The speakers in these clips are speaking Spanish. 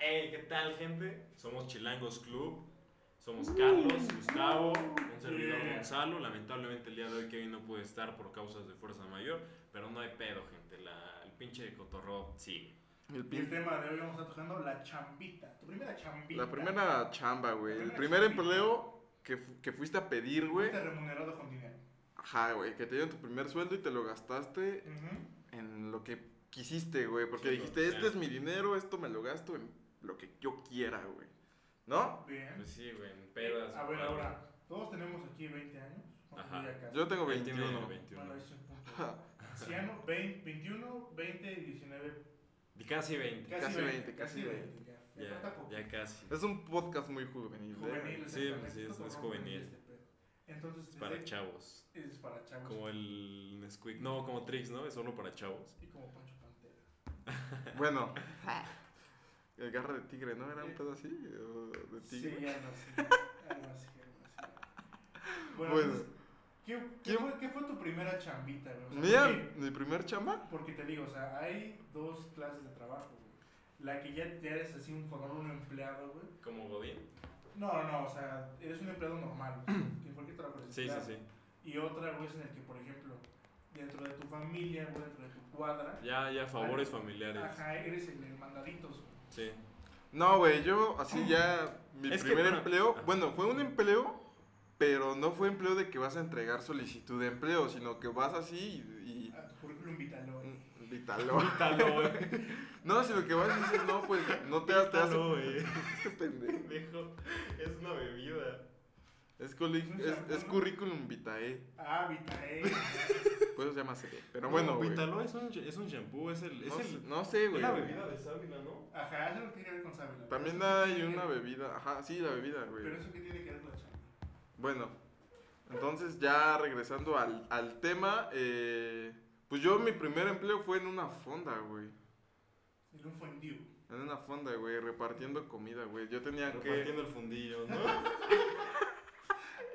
Hey, ¿qué tal, gente? Somos Chilangos Club. Somos Carlos, Gustavo, un servidor Mm. Yeah. Gonzalo. Lamentablemente el día de hoy Kevin no puede estar por causas de fuerza mayor, pero no hay pedo, gente. La- el pinche cotorro sigue. El Y el pin- tema de hoy vamos a estar tocando la chambita. Tu primera chambita. La primera chamba, güey. El primera primer chamba. empleo que, fu- que fuiste a pedir, güey. Fuiste remunerado con dinero. Ajá, güey. Que te dieron tu primer sueldo y te lo gastaste Ujú. en lo que quisiste, güey. Porque Sí, dijiste, lo- este ya. es mi dinero, esto me lo gasto en lo que yo quiera, güey. ¿No? Bien. Pues sí, güey, en pedas. a ver, güey. ahora. Todos tenemos aquí 20 años. Vamos Ajá. a ir acá. Yo tengo Él tiene 21. 21. Bueno, ahí es un punto. Anciano, 20, 21, 20 y 19. Di Casi 20. Casi 20, casi 20. Ya, Me falta Ya, poco. ya casi. Es un podcast muy juvenil, ¿eh? Juvenil. güey. Sí, exactamente. pues sí, es- Esto es como juvenil. este pedo. Entonces, Es para desde- chavos. Es para chavos. Como el Nesquik. No, como Trix, ¿no? Es solo para chavos. Y como Pancho Pantera. Bueno. El garra de tigre, ¿no? Era un Eh. pedo así. o De Sí, tigre. algo así. Algo así, algo así. Bueno, Bueno. pues, ¿qué, qué ¿Quién- fue, qué fue tu primera chambita, güey? O sea, Mira, porque- mi primer chamba. Porque te digo, o sea, hay dos clases de trabajo, güey. La que ya, ya eres así un formal, un empleado, güey. Como Godín. No, no, o sea, eres un empleado normal, güey, que en cualquier trabajo eres Sí, sí, empleado. sí. Y otra, güey, es en el que, por ejemplo, dentro de tu familia, güey, dentro de tu cuadra, Ya, ya, favores familiares. ajá, eres el hermandaditos, güey. Sí. No, güey, yo así ya mi Es que, primer bueno, empleo, ajá. bueno, fue un empleo, pero no fue empleo de que vas a entregar solicitud de empleo, sino que vas así y, A tu currículum vital, y- güey. mm, vitalo. Quítalo, güey. No, sino que vas y dices, no, pues no te das, te das Quítalo, güey. este pendejo. Pendejo, es una bebida. Es, coli- es, es currículum vitae, Ah, vitae. pues se llama CD, pero bueno, güey. No, Vitalo es un, es un shampoo, es el. Oh, Es sé- el no sé, güey. es la bebida de sábila, ¿no? Ajá, eso no tiene que ver con Sábila. También Pero eso hay qué tiene una que- bebida, ajá, sí, la bebida, güey. Pero eso que tiene que ver con la chamba. Bueno, entonces ya regresando al, al tema, eh, pues yo mi primer empleo fue en una fonda, güey. En un fondue. En una fonda, güey, repartiendo comida, güey. Yo tenía Ah, que... Repartiendo el fundillo, ¿no?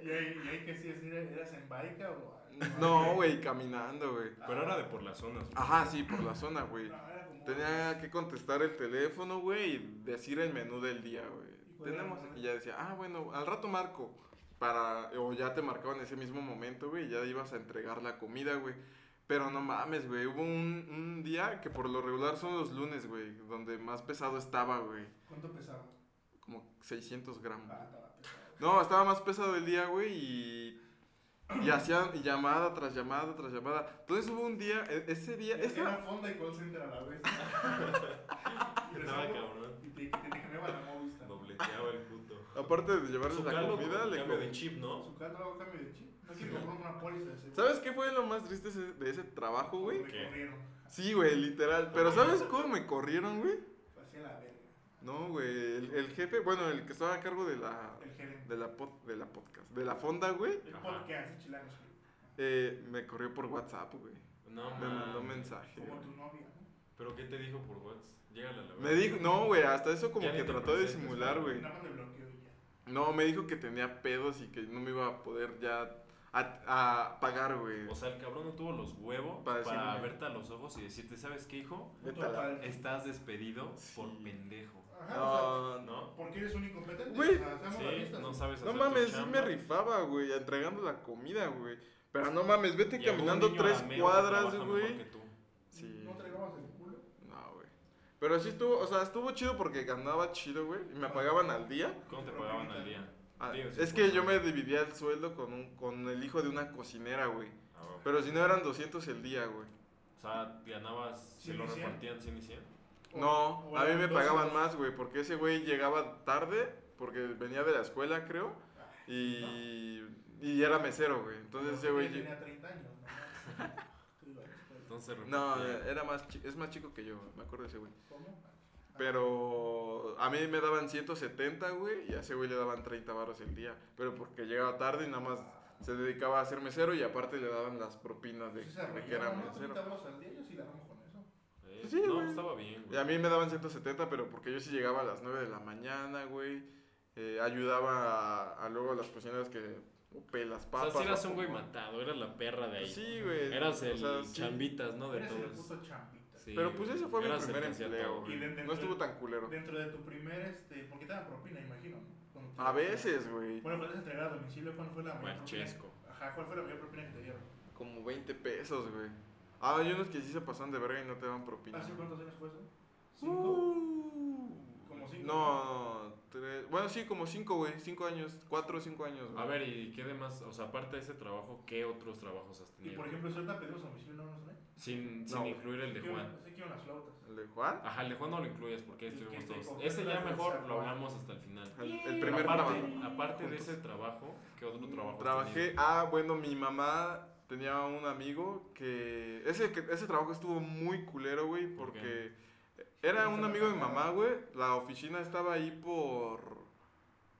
¿Y ahí, y ahí qué hacías? ¿Era- ¿Eras en baica o.? a- No, güey, caminando, güey. Pero era de por las zonas. güey. Ajá, sí, por la zona, güey. No, era como- Tenía que contestar el teléfono, güey, y decir el menú del día, ¿Y güey. cuál era el Tenemos... menú? Y ya decía, ah, bueno, al rato marco. Para... O ya te marcaban ese mismo momento, güey, y ya ibas a entregar la comida, güey. Pero no mames, güey, hubo un, un día que por lo regular son los lunes, güey, donde más pesado estaba, güey. ¿Cuánto pesaba? Como 600 gramos. Ah, estaba pesado. No, estaba más pesado el día, güey, y... Y hacían llamada tras llamada tras llamada. Entonces hubo un día, e- ese día... Era- esa- Era fonda y call center a la vez. Y Estaba rezaba- cabrón. Y te, te, te cambiaba la Movistar. Dobleteaba el puto. Aparte de llevarles la caldo comida, con le cambio co- de chip, ¿no? Su carro hago cambio de chip. No quiero comprar una póliza de seguro. ¿Sabes qué fue lo más triste ese- de ese trabajo, güey? Me ¿Qué? corrieron. Sí, güey, literal. Pero ¿sabes cómo me corrieron, güey? Hacía la verga. No, güey. El, el jefe, bueno, el que estaba a cargo de la. El gerente. de la, pod- de la podcast, de la fonda, güey, El Ajá. podcast, chilangos. güey. eh, me corrió por WhatsApp, güey. No, Me mandó mames. mensaje. Como tu güey. novia, ¿no? ¿Pero qué te dijo por WhatsApp? Llégale a la Me dijo, no, güey, hasta eso como Ya ni que te trató de presentes, disimular, güey. Nada más me bloqueó y ya. No, me dijo que tenía pedos y que no me iba a poder ya a, a pagar, güey. O sea, el cabrón no tuvo los huevos Para para, decirme. verte a los ojos y decirte, ¿sabes qué, hijo? Vete Puto a la- padre. Estás despedido Sí. por pendejo. Ajá, o sea, No, no. ¿No? Porque eres un incompetente. Güey. o sea, seamos Sí, realistas, no güey. sabes No hacer mames, tu sí chamba. me rifaba, güey, entregando la comida, güey. Pero no mames, vete Llegó un caminando niño a la tres mega que cuadras, trabaja mejor que güey. tú. Sí. ¿No traigamos el culo? No, güey. Pero sí estuvo, o sea, estuvo chido porque ganaba chido, güey. Y me pagaban al día. ¿Cómo te pagaban al día? Ah, Digo, sí, es que pues, yo no. me dividía el sueldo con, un, con el hijo de una cocinera, güey. Ah, bueno. Pero si no eran 200 el día, güey. O sea, ganabas, se Cien lo y cien. repartían 100 y 100. O- No, o a mí eran me dos pagaban horas. más, güey, porque ese güey llegaba tarde, porque venía de la escuela, creo. Y, y era mesero, güey. Entonces ese Yo güey... tenía 30 años, ¿no? Tú ibas, pues, Entonces No, eh, repartían. era más chi- es más chico que yo, me acuerdo de ese güey. ¿Cómo? Pero a mí me daban 170, güey, y a ese güey le daban 30 baros el día. Pero porque llegaba tarde y nada más se dedicaba a ser mesero y aparte le daban las propinas de, Pues se de que era arrollaron, ¿no? mesero. 30 baros al día, yo sí la armo con eso. Eh, Sí, no, güey. estaba bien, Y güey. a mí me daban 170, pero porque yo sí llegaba a las 9 de la mañana, güey. eh, ayudaba a, a luego a las cocineras que pe las O sea, papas. sí eras la un güey papa. matado, eras la perra de ahí. Sí, güey. Eras O el sea, sí. chambitas, ¿no? De Eres el todos. puto chambita. Sí, Pero pues güey. ese fue mi Era primer sentenciado, empleo, güey. güey. Y de- de- No estuvo tan culero. Dentro de tu primer, este, porque te dan propina, imagino, ¿no? Cuando te A dan veces, güey. propina. Bueno, puedes entregar a domicilio, ¿cuál fue la mayor Marchesco. propina? Ajá, ¿cuál fue la mayor propina que te dieron? Como 20 pesos, güey. Ah, hay unos que sí se pasan de verga y no te dan Ah, propina. ¿Hace cuántos años fue eso? ¿Cinco? Uh, ¿Como cinco? No, tres. Bueno, sí, como cinco, güey. Cinco años. Cuatro o cinco años, güey. A ver, ¿y qué demás? O sea, aparte de ese trabajo, ¿qué otros trabajos has Y tenido? por ejemplo, si ahorita pedimos a domicilio, no nos ven. Sin, sin No. incluir el de Juan. Sé que unas flautas. ¿El de Juan? Ajá, el de Juan no lo incluyes porque ahí El que estuvimos te todos. cogió Ese ya las mejor de lo Juan. hablamos hasta el final. El, el Pero primer aparte, trabajo. aparte de juntos. ese trabajo, ¿qué otro trabajo? has Trabajé, tenido? ah, bueno, mi mamá tenía un amigo que ese, que- ese trabajo estuvo muy culero, güey, ¿Por porque era un amigo de mi mamá, güey. La oficina estaba ahí por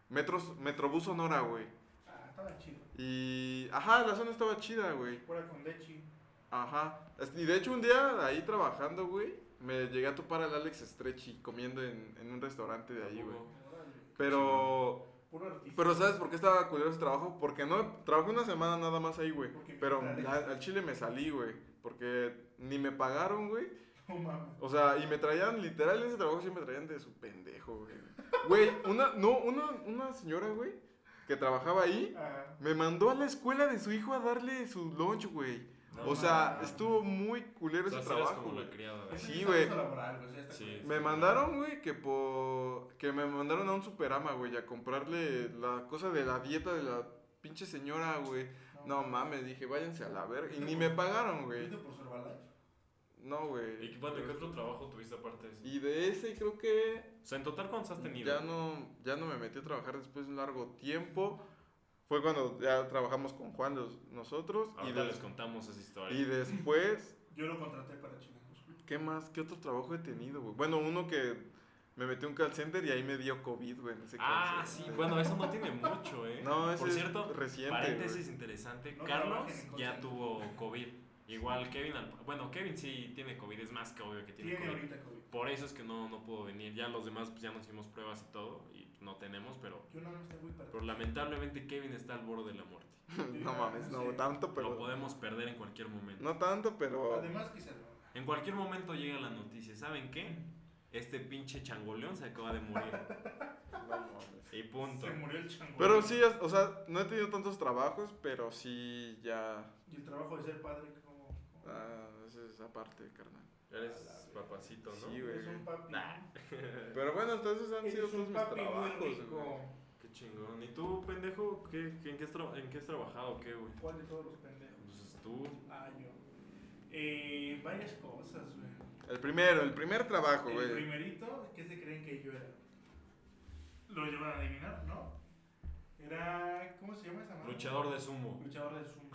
metros, Metrobús Sonora, güey. Ah, estaba chido. Y, ajá, la zona estaba chida, güey. Fuera con Dechi. Ajá. Este, Y de hecho un día ahí trabajando, güey, me llegué a topar al Alex Stretchy comiendo en, en un restaurante de ahí, güey. Tampoco. Órale. Pero, Puro artista. pero ¿sabes por qué estaba culero ese trabajo? Porque no, trabajé una semana nada más ahí, güey. Porque- Pero la- al chile me salí, güey. Porque ni me pagaron, güey. No mames. O sea, y me traían, literal, ese trabajo sí me traían de su pendejo, güey. Güey, una, no, una, una señora, güey, que trabajaba ahí, Ah, me mandó a la escuela de su hijo a darle su lunch, güey. No O sea, mames. estuvo muy culero O sea, ese sí eres trabajo, como güey. la criada. de- es Sí, un güey. abuso laboral, güey, o sea, está Sí. culero. Me mandaron, güey, que por... Que me mandaron a un superama, güey, a comprarle la cosa de la dieta de la pinche señora, güey. No mames, dije, váyanse a la verga. Y ni me pagaron, güey. ¿Viste por su Herbalife? No, güey. ¿Y qué, bueno, qué otro trabajo tuviste aparte de eso? Y de ese creo que O sea, en total, ¿cuántos has tenido? ya no, ya no me metí a trabajar después de un largo tiempo. Fue cuando ya trabajamos con Juan los- nosotros. Y, Ahorita des- les contamos esa historia. y después, Yo lo contraté para chingos. ¿qué más? ¿Qué otro trabajo he tenido, güey? Bueno, uno que me metí a un call center y ahí me dio COVID, güey. en ese call Ah, sí, center. bueno, eso no tiene mucho, ¿eh? este No, ese Por cierto, es reciente. paréntesis güey. interesante, No Carlos trabajen en call ya center. tuvo COVID. Igual Kevin, al- bueno, Kevin sí tiene COVID, es más que obvio que tiene, Tiene COVID. ahorita COVID. Por eso es que no, no pudo venir. Ya los demás pues, ya nos hicimos pruebas y todo y no tenemos, pero, Yo no, no estoy muy para pero lamentablemente Kevin está al borde de la muerte. No mames, no Sí. tanto, Lo pero. podemos perder en cualquier momento. No tanto, pero. Además que se droga. En cualquier momento llega la noticia, ¿saben qué? Este pinche changoleón se acaba de morir. No mames. y punto. Se murió el chango. Pero sí, es- o sea, no he tenido tantos trabajos, pero sí ya. Y el trabajo de ser padre, como. como- Ah, eso es aparte, carnal. Eres papacito, ¿no? Sí, güey. es un papi. Nah. Pero bueno, entonces han sido Eres todos un mis papi muy trabajos, güey. rico. Qué chingón. ¿Y tú, pendejo, qué, qué- en, qué has tra- en qué has trabajado? ¿Qué, güey? ¿Cuál de todos los pendejos? Pues tú. Ah, yo. Eh, varias cosas, güey. El primero, el primer trabajo, El güey. primerito, ¿qué se creen que yo era? ¿Lo llevan a adivinar? No. Era. ¿Cómo se llama esa madre? Luchador de sumo. Luchador de sumo.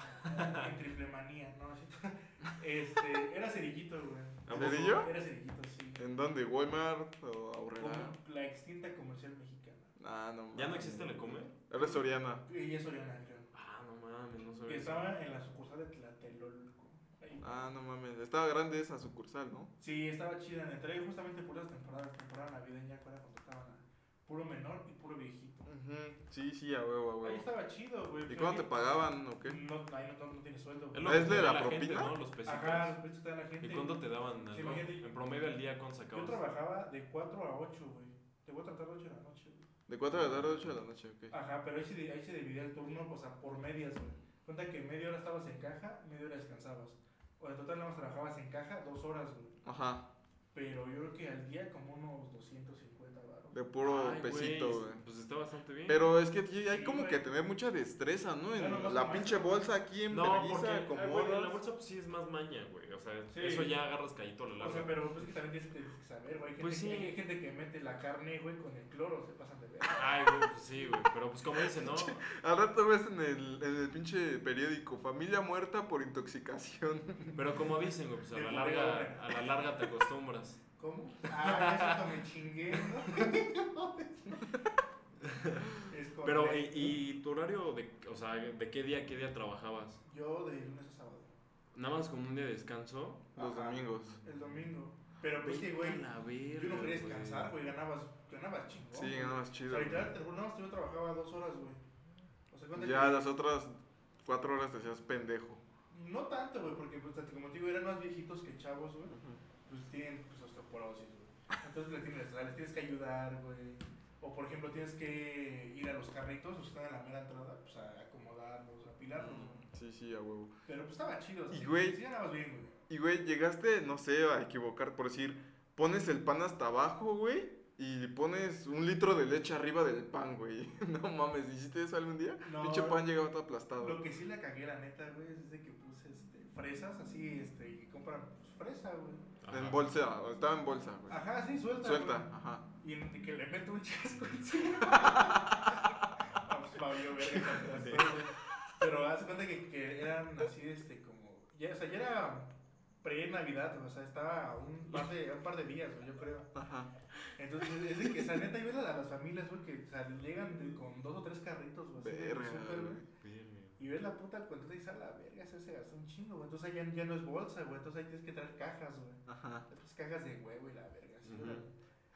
en triple manía, ¿no? Este, era cerillito, güey. ¿A poco? ¿Cerillo? Era cerillito, sí. ¿En dónde? ¿Walmart o Aurrera? Como la extinta comercial mexicana. Ah, no mames. ¿Ya no existe la comer? Eres Soriana. Ella es Oriana, creo. Ah, no mames, no Que sabía. eso. estaba en la sucursal de Tlatelolco. ahí. Ah, no mames. Estaba grande esa sucursal, ¿no? Sí, estaba chida. Me Entré justamente por las temporadas, temporada navideña, cuando contrataban a puro menor y puro viejito. Ujú. Sí, sí, a huevo, a Ahí huevo. estaba chido, güey. ¿Y pero cuándo ahí- te pagaban o qué? No, ahí no, no, no tiene sueldo. Es güey. lo que ¿Es de ve la gente, propina? ¿no? Los pesitos. Ajá, los precios te dan la gente. ¿Y cuánto te daban? al- Sí, imagínate. En promedio al día, ¿cuánto Yo sacabas? trabajaba de 4 a 8, güey. Te voy a tratar de 8 de la noche. güey. De 4 de la tarde a 8 de la noche, ok. Ajá, pero ahí se, di- ahí se dividía el turno, o sea, por medias, güey. Cuenta que media hora estabas en caja, media hora descansabas. O en total nada más trabajabas en caja dos horas, güey. Ajá. Pero yo creo que al día como unos 250 baros. De puro Ay, pesito, güey, güey. Pues está bastante bien. Pero es que t- hay Sí, como güey. que tener mucha destreza, ¿no? Ya En nomás la nomás. pinche bolsa aquí en no, porque vergüenza, ah, güey, en la acomodas. bolsa pues, sí es más maña, güey. O sea, Sí. eso ya agarras callito a la O sea, larga. pero pues que también tienes que- tienes que saber, güey. Hay gente, Pues sí. que- hay gente que mete la carne, güey, con el cloro, se pasan de ver. Ay, güey, pues sí, güey. Pero pues como dicen, ¿no? Al rato ves en el, en el pinche periódico, familia muerta por intoxicación. Pero como dicen, güey, pues a la larga, a la larga te acostumbras. ¿Cómo? Ah, eso me chingué, ¿no? es Pero, eh, correcto. ¿y, y tu horario de, o sea, de qué día, a qué día trabajabas? Yo de lunes a sábado. Nada más con un día de descanso. Los Ajá. domingos. El domingo. Pero pues que, Vete güey, a yo la no verga, quería descansar, güey. Ganabas, ganabas chingón. Sí, güey. nada más O chido. sea, güey. literal, te lo juro, nada más yo trabajaba dos horas, güey. O sea, cuenta Ya que- las otras cuatro horas te hacías pendejo. No tanto, güey, porque pues, tanto como te digo, eran más viejitos que chavos, güey. pues tienen pues, osteoporosis, güey. Entonces les tienes, o sea, les tienes que ayudar, güey. O por ejemplo, tienes que ir a los carritos, o están en la mera entrada, pues a acomodarlos, a apilarlos, güey. Sí, sí, a huevo. Pero pues estaba chido, o sea, Mm. Y, sí- güey, sí ganabas bien, güey. Y, güey, llegaste, no sé, a equivocar por decir, pones el pan hasta abajo, güey, y pones un litro de leche arriba del pan, güey. No mames, ¿hiciste eso algún día? No, Pinche pan llegaba todo aplastado. Lo que sí la cagué, la neta, güey, es de que puse este, fresas así, este, y compran pues, fresa, güey. Ajá. En bolsa, estaba en bolsa, güey. Ajá, sí, suelta. Pues, Suelta, güey. ajá. Y en- que le meto un chasco encima. Ah, pues, valió verga, cuando Sí. las fue, güey. Pero haz de cuenta que, que eran así, este, como. Ya, o sea, ya era pre-Navidad, o sea, estaba a un par de, a un par de días, güey, yo creo. Ajá. Entonces, es de que, o sea, neta, y ves a las familias, güey, que o sea, llegan de- con dos o tres carritos, güey, así, del Verga, súper, güey. güey. Verga. Y ves la puta cuenta y dices, a la verga, se se gastó un chingo, güey. Entonces ya, ya no es bolsa, güey. Entonces ahí tienes que traer cajas, güey. Ajá. Pues cajas de huevo y la verga, así, Ujú. güey.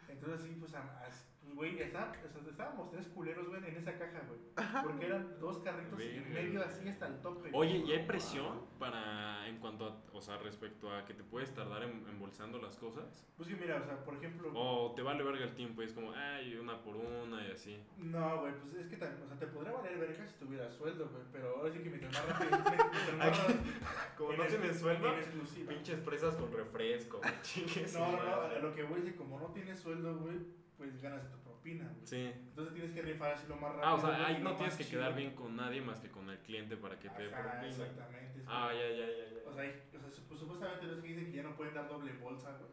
Entonces sí, pues, a- as- pues, güey, está- o sea, estábamos tres culeros, güey, en esa caja, güey. Porque eran dos carritos y Verga, medio güey. así hasta el tope. Oye, ¿y hay presión para, en cuanto a, o sea, respecto a que te puedes tardar en- embolsando las cosas? Pues que mira, o sea, por ejemplo. O te vale verga el tiempo y es como, ay, una por una y así. No, güey, pues es que también, o sea, te podría valer verga si tuvieras sueldo, güey. Pero ahora sí que mientras más rápido. mientras más Aquí, rápido- Como no en tienes ex- sueldo, En exclusiva. pinches fresas con refresco, güey, chingue su No, no, no, madre. a lo que voy es que como no tienes sueldo, güey, pues ganas tu propina, güey. Sí. Entonces tienes que rifar así lo más rápido. Ah, o sea, güey, ahí y no lo tienes más que chido. quedar bien con nadie más que con el cliente para que te dé Ajá, propina. Exactamente. es Ah, como- ya, ya, ya, ya. O sea, hay- o sea, sup- supuestamente los que dicen que ya no pueden dar doble bolsa, güey.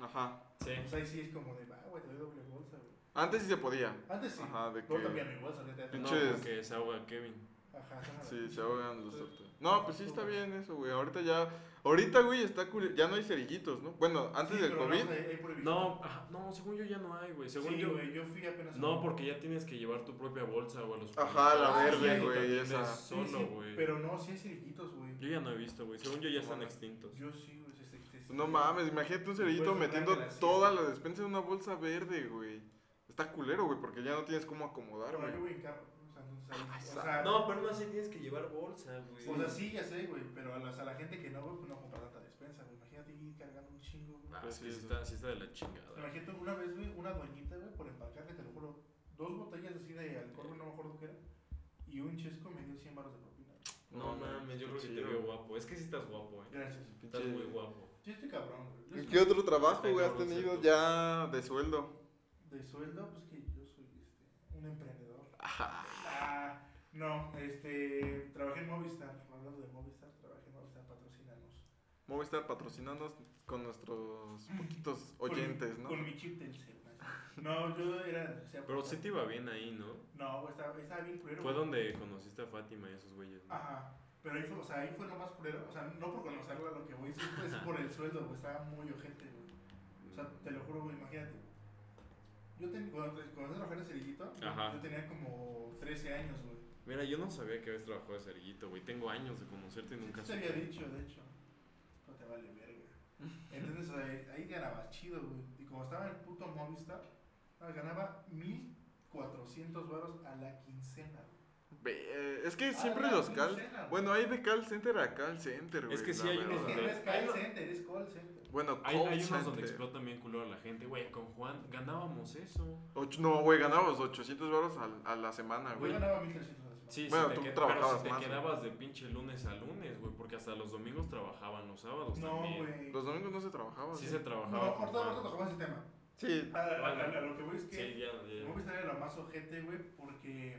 Ajá. Sí. Pues ahí sí es como de, ah, güey, te doy doble bolsa, güey. Antes sí se podía. Antes sí. Ajá, de Luego también que. mi bolsa, neta. No, Pinches- porque se ahoga Kevin. Ajá, ajá. Sí, se ahogan los Entonces, tortas. No, pues sí está bien eso, güey. Ahorita ya. Ahorita, güey, está culi- Ya no hay cerillitos, ¿no? Bueno, antes sí, del pero no, COVID. o sea, hay- hay prohibido. No, ajá, no, según yo ya no hay, güey. Según sí, yo. güey, yo fui apenas. a- No, porque ya tienes que llevar tu propia bolsa o a los. Ajá, la supermercados. verde, Ah, sí, güey, también esa. ves Sí, Solo, sí, güey. Pero no, sí hay cerillitos, güey. Yo ya no he visto, güey. Según yo ya están No, extintos. Yo sí, güey. sí, sí, sí, sí. No mames, imagínate un cerillito Pues, Puedes metiendo comprarte la toda silla. la despensa en una bolsa verde, güey. Está culero, güey, porque ya no tienes cómo acomodar, Pero yo güey. voy en carro. O sea, no sabes. O sea, Ah, No, pero no así tienes que llevar bolsa, güey. O sea, sí, ya sé, güey, pero a la, a la gente que no, güey, pues no compra tanta despensa, güey. Imagínate ir cargando un chingo, güey. Ah, es que Sí, sí sí. está, sí está de la chingada. Imagínate una vez, güey, una doñita, güey, por embarcarle, te lo juro, dos botellas así de alcohol, güey, no me acuerdo qué era, y un chesco me dio 100 baros de propina. güey. No mames, yo qué creo que te chido. veo guapo. Es que sí estás guapo, eh. Gracias. Estás Pinche- muy guapo. Yo estoy cabrón, güey. Yo ¿Y soy ¿Qué otro trabajo, Está güey, has cabrón, tenido ¿cierto? ya de sueldo? De sueldo, pues que yo soy este, un emprendedor. Ah, no, este, trabajé en Movistar, hablando de Movistar, trabajé en Movistar, patrocínanos. Movistar patrocinándonos con nuestros poquitos Con- oyentes, ¿no? Con mi chip del celular. No, yo era... o sea, Pero sí te iba bien ahí, ¿no? No, güey, estaba, estaba bien culero. Fue güey. donde conociste a Fátima y esos güeyes. ¿no? Ajá. Pero ahí fue, o sea, ahí fue lo más culero. O sea, no por conocerla lo que voy, es es por el sueldo, güey. Estaba muy ojete, güey. O sea, te lo juro, güey, imagínate. Yo ten, cuando, te- cuando trabajé en el cerillito, Ajá. yo tenía como 13 años, güey. Mira, yo no sabía que habías trabajado de cerillito, güey. Tengo años de conocerte y Sí nunca te había supe. dicho, de hecho. No te vale verga. Entonces, o sea, ahí, ahí ganaba chido, güey. Y como estaba en el puto Movistar, no, ganaba 1400 varos a la quincena, güey. Ve- eh, Es que A siempre la los cal... quincena, güey. Bueno, hay de call center a call center, güey. que sí la hay unos Es que no verdad. es call center, es call center. Bueno, Hay, call hay unos donde center. explotan bien culo a la gente, güey. Con Juan ganábamos eso. Ocho- no, güey, ganábamos 800 baros al- a, la semana, Yo Ah, güey. ganaba 1300 a la semana. Sí, Bueno, si te tú qued- pero trabajabas si te más, quedabas de pinche lunes a lunes, güey, porque hasta los domingos trabajaban, los sábados No, también. güey. pues Los domingos no se trabajaba, Sí güey. se No, trabajaba. con ahorita ahorita Juan. tocamos ese tema. Sí, A, a- Bueno. Ah, a- a lo que voy es que Sí, ya, ya. Movistar era lo más ojete, güey, porque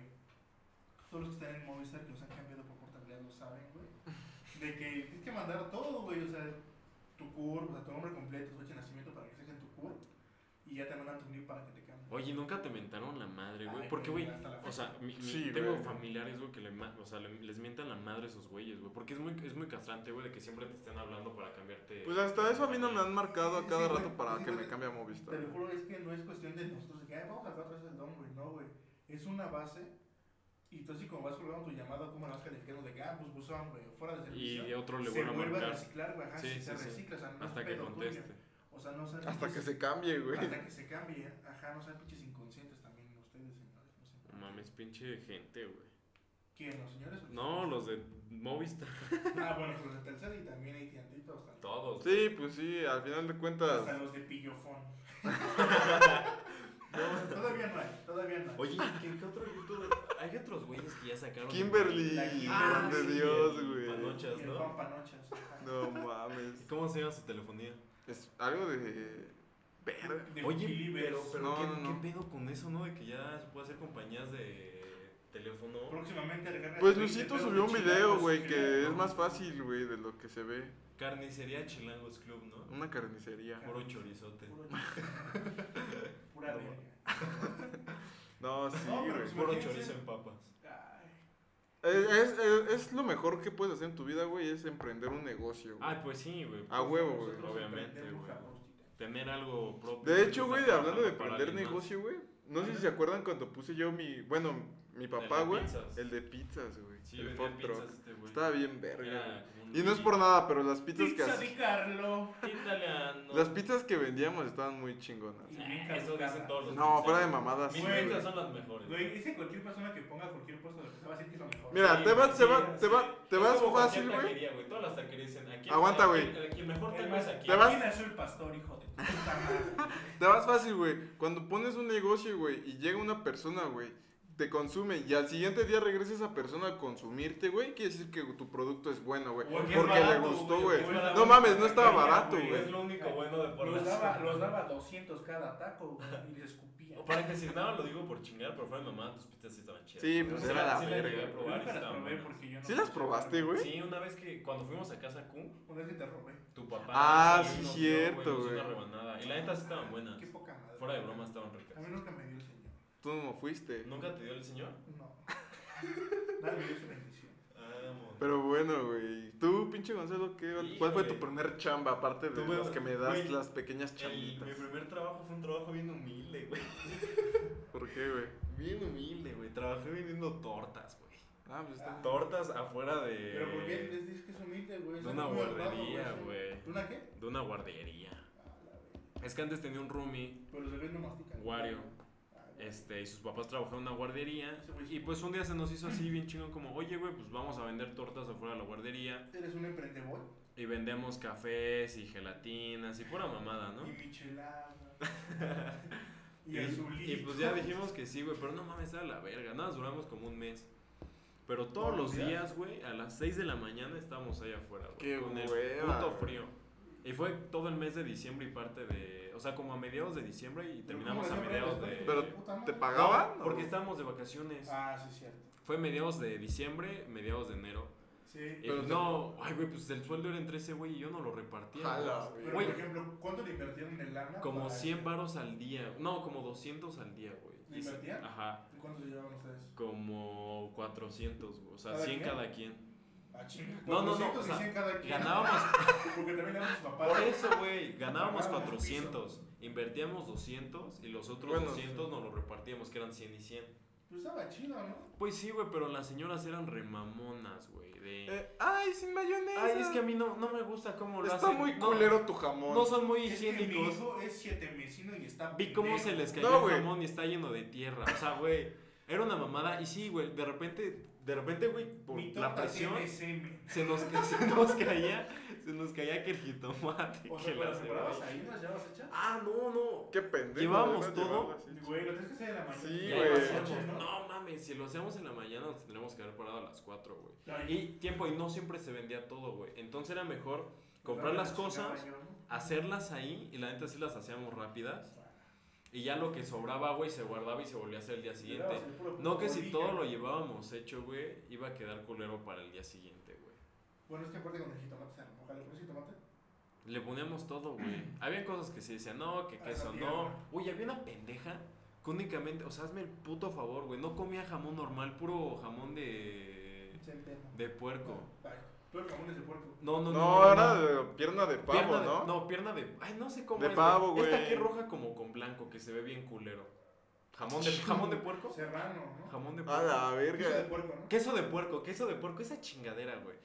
todos los que están en Movistar que los han cambiado por portabilidad lo saben, güey. De que tienes que mandar todo, güey, o sea, tu CUR, o sea, tu nombre completo, tu fecha de nacimiento para que saquen tu CUR y ya te mandan tu NIP para que te cambien. Oye, nunca te mentaron la madre, güey. Ay, Porque, güey, hasta la o sea, mi- mi- Sí, tengo güey. familiares, güey, que le ma- o sea, le- les mientan la madre a esos güeyes, güey. Porque es muy, es muy castrante, güey, de que siempre te estén hablando para cambiarte. Pues hasta eso a mí no me han marcado a Sí, cada sí, rato güey. para Sí, que güey. me cambie a Te Movistar. lo juro, es que no es cuestión de nosotros, de que "Ay, vamos a hablar otra vez el nombre, no, güey. Es una base y tú así como vas colgando tu llamada, como la vas calificando de que, ah, pues buzón, güey, fuera de y servicio. de otro le se vuelve a vuelve a marcar reciclar, güey, ajá, Sí, si se sí, sí. recicla, o sea, no hasta es que pedo tuyo. conteste. O sea, no sean Hasta que pinches- se cambie, güey. hasta que se cambie, ¿eh? ajá, no sean pinches inconscientes también ustedes, señores. No sean No mames, pinche gente, güey. ¿Quién? ¿Los señores? o los No, señores? los de Movistar. Ah, bueno, pues los de Telcel y también AT&T, todos están. Todos. Sí, pues sí, al final de cuentas. Hasta los de Pillofón. todavía no hay, todavía no hay. Oye, ¿qué, qué otro youtuber? Hay otros güeyes que ya sacaron. Kimberly, La ah, Kimberly, de sí, Dios, el güey. Panochas, Y el ¿no? Pampa Nochas. No mames. ¿Cómo se llama su telefonía? Es algo de. Verga. De Oye, Ukilibers. pero, pero No, ¿qué, no, no. qué pedo con eso, no? De que ya se puede hacer compañías de teléfono. Próximamente recargas Pues 20 Luisito pesos subió de un Chilango, video, si güey, quieres, que ¿no? es más fácil, güey, de lo que se ve. Carnicería Chilangos Club, ¿no? Una Mm, carnicería. Puro chorizote. Puro Pura No. verga. No, sí, No, pero güey. pues- Puro Imagínense. chorizo en papas. Ay, Es, es- es- es lo mejor que puedes hacer en tu vida, güey, es emprender un negocio. güey. Ah, pues sí, güey. Pues, A huevo, güey. nosotros Obviamente, emprendemos güey. la prostituta. Tener algo propio. De Esa hecho, güey, parte hablando de no para emprender alguien más. negocio, güey. No sé si se acuerdan cuando puse yo mi. Bueno, mi papá, de güey. pizzas. El de pizzas, güey. Sí, el vendía food truck. pizzas este güey. Estaba bien verga, güey. Era como un Y no es mini- por nada, pero las pizzas que Pizza hacía- de Carlo. Quítale a- no. Las pizzas que vendíamos estaban muy chingonas. Y Ah, bien Eso caducada. dicen todos los No, fuera de pizzeros. mamadas. sí, Mis güey. pizzas son las mejores. Güey, dice cualquier persona que ponga cualquier puesto de pizza va a decir que es lo mejor. Mira, Sí, te vas, sí, se va- sí. te va- te Es vas como cualquier fácil, güey. taquería, güey. Todas las taquerías dicen aquí. Aguanta, aquí- güey. Aquí el mejor El taco más- es aquí. Te vas- ¿Quién nació el pastor, hijo de tu puta madre? Te vas fácil, güey. Cuando pones un negocio, güey, y llega una persona, güey, te consume y al siguiente día regresa esa persona a consumirte, güey, quiere decir que tu producto es bueno, güey. O que es Porque le barato, gustó, güey, o güey. que es barato. No mames, no estaba Verga, barato, güey. güey. Es lo único bueno de por Los la daba, ciudad. los daba 200 cada taco, güey, y les escupía. O Para que si nada lo digo por chingar, pero fuera de mamá, tus pizzas sí estaban chidas. Sí, Pero pues sí era la- la sí la llegué a verga. Yo probar y nunca las estaban probé buenas. porque yo no ¿Sí las soy probaste, bueno. güey? Sí, una vez que cuando fuimos a casa Q, Una vez que te robé. tu papá. Ah, nos sí, dio, cierto, nos dio güey. Una rebanada. Y la neta sí estaban buenas. Qué poca madre. Fuera de broma estaban ricas. A mí nunca me dio el señor. Tú no fuiste. ¿Nunca te dio el señor? No. Nadie me dio su bendición. Vamos. Pero bueno, güey. Tú, pinche Gonzalo, ¿qué, ¿cuál fue tu Híjole. primer chamba? Aparte de Tuve- las que me das güey, las pequeñas El- mi chambitas. primer trabajo fue un trabajo bien humilde, güey. ¿Por qué, güey? Bien humilde, güey. Trabajé vendiendo tortas, güey. Ah, pues está. Tortas afuera de. Pero ¿por qué les dices que es humilde, güey? Eh, De Son una muy honrados, guardería, sí. güey. ¿De una qué? De una guardería. Ah, la verga. Es que antes tenía un roomie Pero los bebés no mastican. Wario. Ah, la Este, y sus papás trabajaban en una guardería. Y pues un día se nos hizo así bien chingón como, oye, güey, pues vamos a vender tortas afuera de la guardería. verga. Eres un emprendedor. Y vendemos cafés y gelatinas y pura mamada, ¿no? Y michelada. Y, y azulito. y, pues ya dijimos que sí, güey, pero no mames, era la verga. Nada, más duramos como un mes. Pero todos ¿Todos los los días? días, güey, a las 6 de la mañana estábamos ahí afuera, güey. Qué Con el hueva, puto güey. frío. Y fue todo el mes de diciembre y parte de. O sea, como a mediados de diciembre y terminamos a mediados de. Pero, Puta madre. ¿Te pagaban? No, porque o- estábamos de vacaciones. Ah, sí, cierto. Fue mediados de diciembre, mediados de enero. Sí. Y Pero pues, te- no, ay, güey, pues el sueldo era entre ese güey y yo no lo repartía. Jala, güey. güey. Pero, Güey. por ejemplo, ¿cuánto le invirtieron en lana? Como para- 100 varos al día. No, como 200 al día, güey. ¿Le Y se- invertían? Ajá. ¿Y ¿Cuánto llevaban ustedes? Como 400, güey. O sea, ¿Cada 100 quien? cada quien. Ah, chinga. No, no, no, 400 o sea, y 100 cada quien. Ganábamos, Porque también le damos sus papás. por eso, güey, ganábamos Pagaban 400. Invertíamos 200 y los otros Bueno, 200 nos los repartíamos, que eran 100 y 100. Pues estaba chido, ¿no? Pues sí, güey, pero las señoras eran remamonas, güey. De... Eh, ay, sin mayonesa. Ay, es que a mí no, no me gusta cómo lo Está hacen. muy No, culero tu jamón. No son muy Es que mi higiénicos. hijo es siete mesino y está. Vi cómo se les cayó No, el güey. jamón y está lleno de tierra. O sea, güey, era una mamada. Y sí, güey, de repente, de repente, güey, por Mi la torta presión, tiene semen. se nos, se nos caía, se nos caía que el jitomate, O que sea, ¿las la separabas cebolla. ahí? ¿Las llevabas hechas? Ah, no, no. Qué pendejo. Llevábamos ¿verdad? todo. Llevarlo así. Güey, lo tienes que hacer en la mañana. Sí, Y Ya ahí güey. lo llevas hacíamos. noche, ¿no? No mames, si lo hacíamos en la mañana nos tendríamos que haber parado a las 4, güey. Ay, Y tiempo, y no siempre se vendía todo, güey. Entonces era mejor comprar me las chingaba cosas, yo, ¿no? hacerlas ahí, y la neta sí las hacíamos rápidas. Y ya lo que sobraba, güey, se guardaba y se volvía a hacer el día siguiente. Llevabas el puro No que si bolillo. todo lo llevábamos hecho, güey, iba a quedar culero para el día siguiente, güey. Bueno, es que aparte con el jitomate se antoja. ¿Le pones jitomate? Le poníamos todo, güey. Había cosas que sí decían, no, que Ah, queso, sabía, no. güey. Uy, había una pendeja que únicamente, o sea, hazme el puto favor, güey. No comía jamón normal, puro jamón de. Centeno. de puerco. Ay, Tú el jamón es de puerco. No, no, no. No, no, era no. de pierna de pavo, pierna de- ¿no? No, pierna de. Ay, no sé cómo. De es, pavo, Esta güey. aquí roja como con blanco, que se ve bien culero. ¿Jamón de, jamón de puerco? Serrano, ¿no? Jamón de A puerco. la Queso de verga. puerco, ¿no? Queso de puerco, queso de puerco, esa chingadera, güey.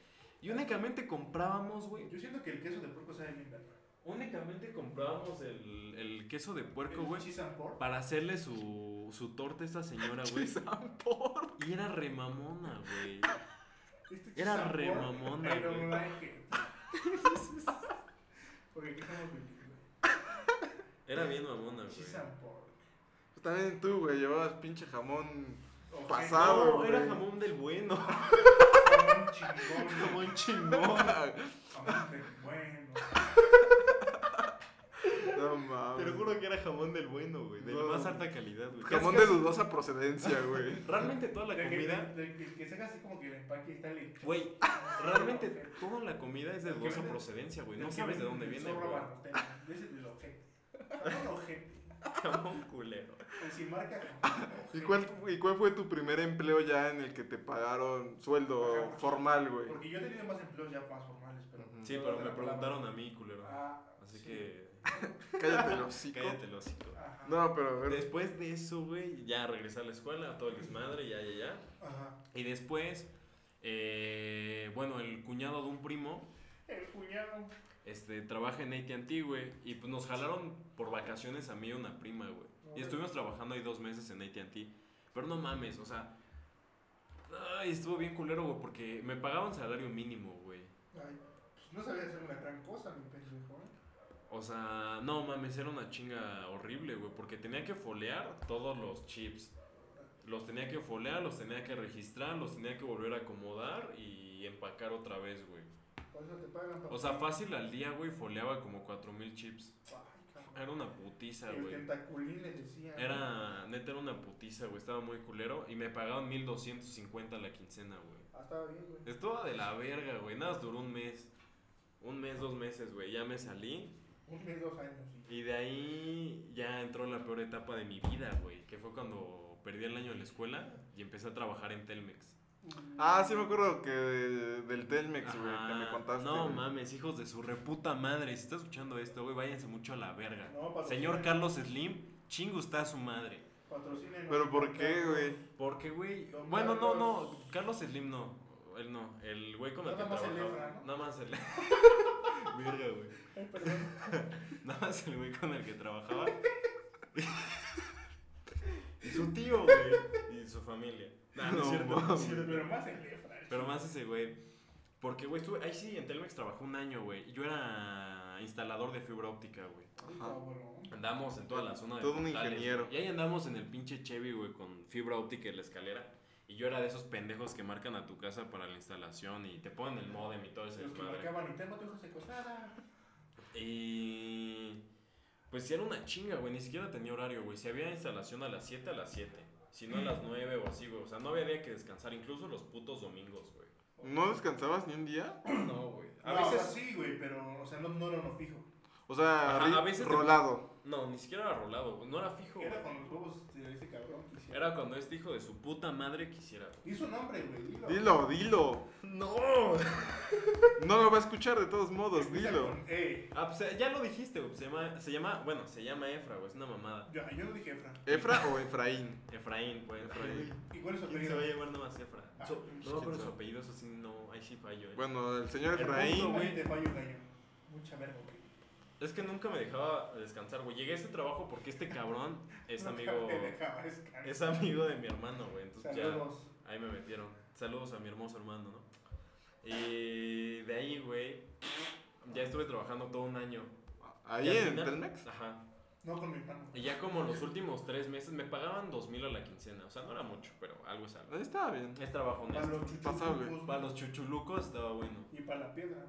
Y únicamente comprábamos, güey. Yo siento que el queso de puerco sabe bien verga. Únicamente comprábamos el, el queso de puerco, güey. Cheese and pork. Para hacerle su, su torta a esta señora, güey. Chisampor. Y era remamona, güey. Este Era cheese and re pork, mamona, I don't güey. like it. Porque aquí estamos bilingües. Era bien mamona, Ah, güey. Cheese and pork. Pues También tú, güey, llevabas pinche jamón. Ojete, Pasado. No, Ah, güey. Ah, era jamón del bueno. jamón chingón, Jamón chingón. jamón de bueno. No mames. Te lo juro que era jamón del bueno, güey. De la No. más alta calidad, güey. Jamón de dudosa procedencia, güey. Realmente toda la De que, comida. de, de- que saca así como que el empaque y está lechoso. Güey, realmente toda la comida es de Porque dudosa venden- procedencia, güey. Del No que sabes de venden dónde el viene, zorro güey. abarrotero, de ese del ojete. Jamón ojete. Jamón culero. Pues sin marca. ¿Y cuál, ¿Y cuál fue tu primer empleo ya en el que te pagaron sueldo Ajá. formal, güey? Porque yo he tenido más empleos ya más formales, pero. Ujú. Sí, pero me preguntaron a mí, culero. Ah, Así sí. que Cállate el hocico. cállate el hocico. Ajá. No, pero a ver. Después de eso, güey, ya regresé a la escuela, todo el desmadre, ya, ya, ya. Ajá. Y después, eh, bueno, el cuñado de un primo El cuñado. este, trabaja en AT&T, güey. Y pues nos jalaron por vacaciones a mí y una prima, güey. Y estuvimos trabajando ahí dos meses en AT&T. Pero no mames, o sea... Ay, estuvo bien culero, güey, porque me pagaban salario mínimo, güey. Ay, pues no sabía hacer una gran cosa, mi pendejo. ¿eh? O sea, no mames, era una chinga horrible, güey, porque tenía que folear todos los chips. Los tenía que folear, los tenía que registrar, los tenía que volver a acomodar y empacar otra vez, güey. Por eso te pagan. papá. O sea, fácil al día, güey, foleaba como 4000 chips. Ay, cabrón. Era una putiza, El güey. tentaculín le decía. Era, neta, era una putiza, güey, estaba muy culero y me pagaban 1250 la quincena, güey. Ah, estaba bien, güey. Estuvo de la verga, güey, nada, más duró un mes. Un mes, dos meses, güey, ya me salí. Un mes, dos años. sí. Y de ahí ya entró la peor etapa de mi vida, güey, que fue cuando perdí el año en la escuela y empecé a trabajar en Telmex. Ah, sí me acuerdo que de- del Telmex, güey, que Ajá. me contaste. no güey. mames, hijos de su reputa madre, si está escuchando esto, güey, váyanse mucho a la verga. No, patrocina- Señor Carlos Slim, chingo está a su madre. patrocina, no. Pero ¿por qué, güey? Porque, güey, Don bueno, no, no, Carlos. Carlos Slim no. Él no, el güey con el que Nada más el trabajaba. Efra, ¿no? Nada más el. Verga, güey. Ay, perdón. Nada más el güey con el que trabajaba. y su tío, güey. Y su familia. Nah, no, es No, cierto, no es mames. cierto. Pero más el Efra. Pero más ese güey. Porque, güey, estuve. Ahí sí, en Telmex trabajó un año, güey. Y Yo era instalador de fibra óptica, güey. Ay, Ajá. cabrón. Andamos en toda la zona de. Todo un portales, ingeniero. güey. Y ahí andamos en el pinche Chevy, güey, con fibra óptica en la escalera. Y yo era de esos pendejos que marcan a tu casa para la instalación y te ponen el modem y todo ese Los que desmadre. marcaban Nintendo, tu hijo secuestrada. Y pues sí era una chinga, güey, ni siquiera tenía horario, güey. Si había instalación a las 7, a las 7. Si no a las 9 o así, güey. O sea, no había día que descansar, incluso los putos domingos, güey. ¿No descansabas ni un día? No, güey. A No, o sea, veces... sí, güey, pero, o sea, no, no, no, no fijo. O sea, Ajá, ri- a veces te- rolado. No, ni siquiera era rolado, güey. No era fijo, güey. Era con los huevos de ese cabrón que hicieron. Era cuando este hijo de su puta madre quisiera, güey. Y su nombre, güey, dilo. Dilo, dilo. No. No lo va a escuchar de todos modos, Este Empieza dilo. con E. Ah, pues, ya lo dijiste, güey. Se llama, se llama, bueno, se llama Efra, güey. Es una mamada. Yo, yo no dije Efra. ¿Efra o Efraín? Efraín, güey. Efraín. Efraín. ¿Y cuál es su ¿Quién se va a apellido? llamar nomás Efra? Ah, Su- pues, no, pero quién su sabe. apellido es así, no. Ahí sí fallo, eh. Bueno, el señor El Efraín. punto, Ahí güey. te fallo, gallo. Mucha verga, güey. Es que nunca me dejaba descansar, güey. Llegué a este trabajo porque este cabrón es No amigo. te dejaba descansar. Es amigo de mi hermano, güey. Entonces ya. Saludos. Ahí me metieron. Saludos a mi hermoso hermano, ¿no? Y de ahí, güey. Ya estuve trabajando todo un año. ¿Ahí Y al en final- Telmex? Ajá. No con mi hermano. Y ya como los últimos tres meses me pagaban dos mil a la quincena. O sea, no era mucho, pero algo es algo. Ahí estaba bien. Es trabajo Para honesto. los chuchucos. Pasable. Para los chuchulucos estaba bueno. Y para la piedra.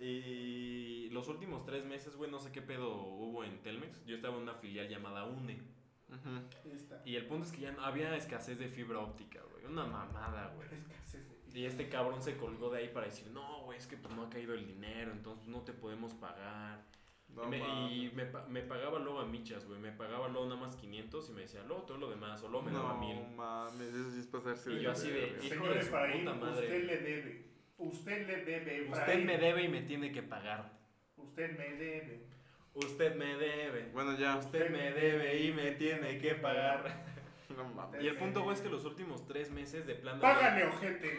Y los últimos tres meses, güey, no sé qué pedo hubo en Telmex. Yo estaba en una filial llamada UNE. Ujú. Esta. Y el punto es que ya no- había escasez de fibra óptica, güey. Una mamada, güey. Escasez de- Y este cabrón se colgó de ahí para decir, no, güey, es que pues no ha caído el dinero, entonces no te podemos pagar. No y me, y mames. me pa- me pagaba luego a michas, güey. Me pagaba luego nada más 500 y me decía, luego todo lo demás, o luego me daba No mil. mames, eso sí es pasarse Y yo así de- "Eh". verga. hijo Señor de su Efraín, puta madre. usted le debe. Usted le debe, Usted Efraín. me debe y me tiene que pagar. Usted me debe. Usted me debe. Bueno, ya. Usted me debe y me tiene que pagar. No mames. Y el punto, güey, es que los últimos tres meses de plan... Págale, ojete.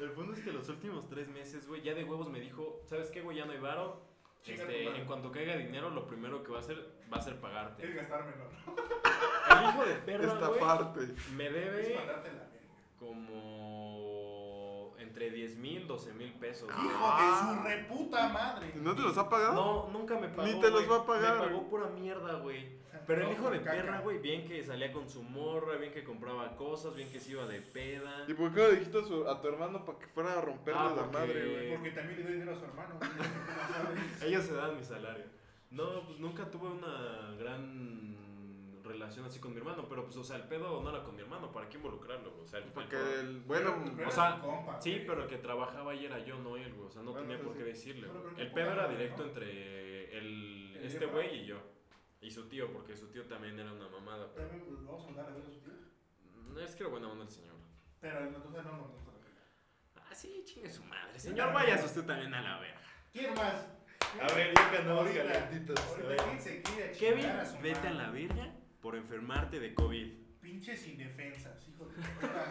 El fondo es que los últimos tres meses, güey, ya de huevos me dijo, ¿sabes qué, güey? Ya no hay varo. Chinga Este, tu madre. en cuanto caiga dinero, lo primero que va a hacer va a ser pagarte. Es gastármelo. ¿Eh? El hijo de perra, güey, Estafarte. me Es debe mandarte la verga. como entre 10 mil, 12 mil pesos. güey. Hijo Ah. de su reputa madre. ¿No te los ha pagado? No, nunca me pagó. Ni te los güey. va a pagar. Me pagó pura mierda, güey. Pero el No, hijo de caca. perra, güey, bien que salía con su morra, bien que compraba cosas, bien que se iba de peda. ¿Y por qué no le dijiste a, su- a tu hermano para que fuera a romperle Ah, la porque- madre, güey? Porque también le doy dinero a su hermano. güey. ¿Cómo sabes? Ellos se dan mi salario. No, pues nunca tuve una gran relación así con mi hermano, pero pues, o sea, el pedo no era con mi hermano, ¿para qué involucrarlo? güey? O sea, el Porque el- el. Bueno, Pero- pero o era sea, su compa, Sí, güey. pero el que trabajaba ahí era yo, no él, güey. O sea, no Bueno, tenía sí, por qué sí. decirle, Pero güey. creo que El pedo poca era madre, directo ¿no? entre el, El este viejo. güey y yo. Y su tío, porque su tío también era una mamada. Pero... También pues, vamos a mandar a ver a su tío. No, Es que era buena onda el señor. Pero entonces no nos gusta la verga. Ah, sí, chingue su madre. Señor, váyase usted también a la verga. ¿Quién más? A ver, yo Ahorita, ahorita ¿quién se quiere Kevin, chingar a su vete a madre? la verga por enfermarte de COVID. Pinches indefensas, hijo de puta.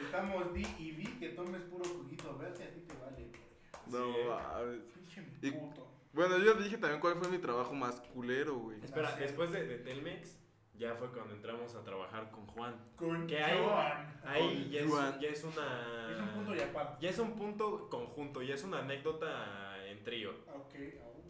Estamos di y vi que tomes puro juguito verde, a ti te vale, verga. no pues, Sí. mames. Pinche mi Y- puto. Bueno, yo le dije también cuál fue mi trabajo más culero, güey. Espera, Nacer. después de, de Telmex, ya fue cuando entramos a trabajar con Juan. Con ¿Qué hay? Joan. Ahí Con ya es, Juan. ya es una. Ah, Es un punto y aparte. Ya es un punto conjunto, ya es una anécdota en trío. Ah, Ok,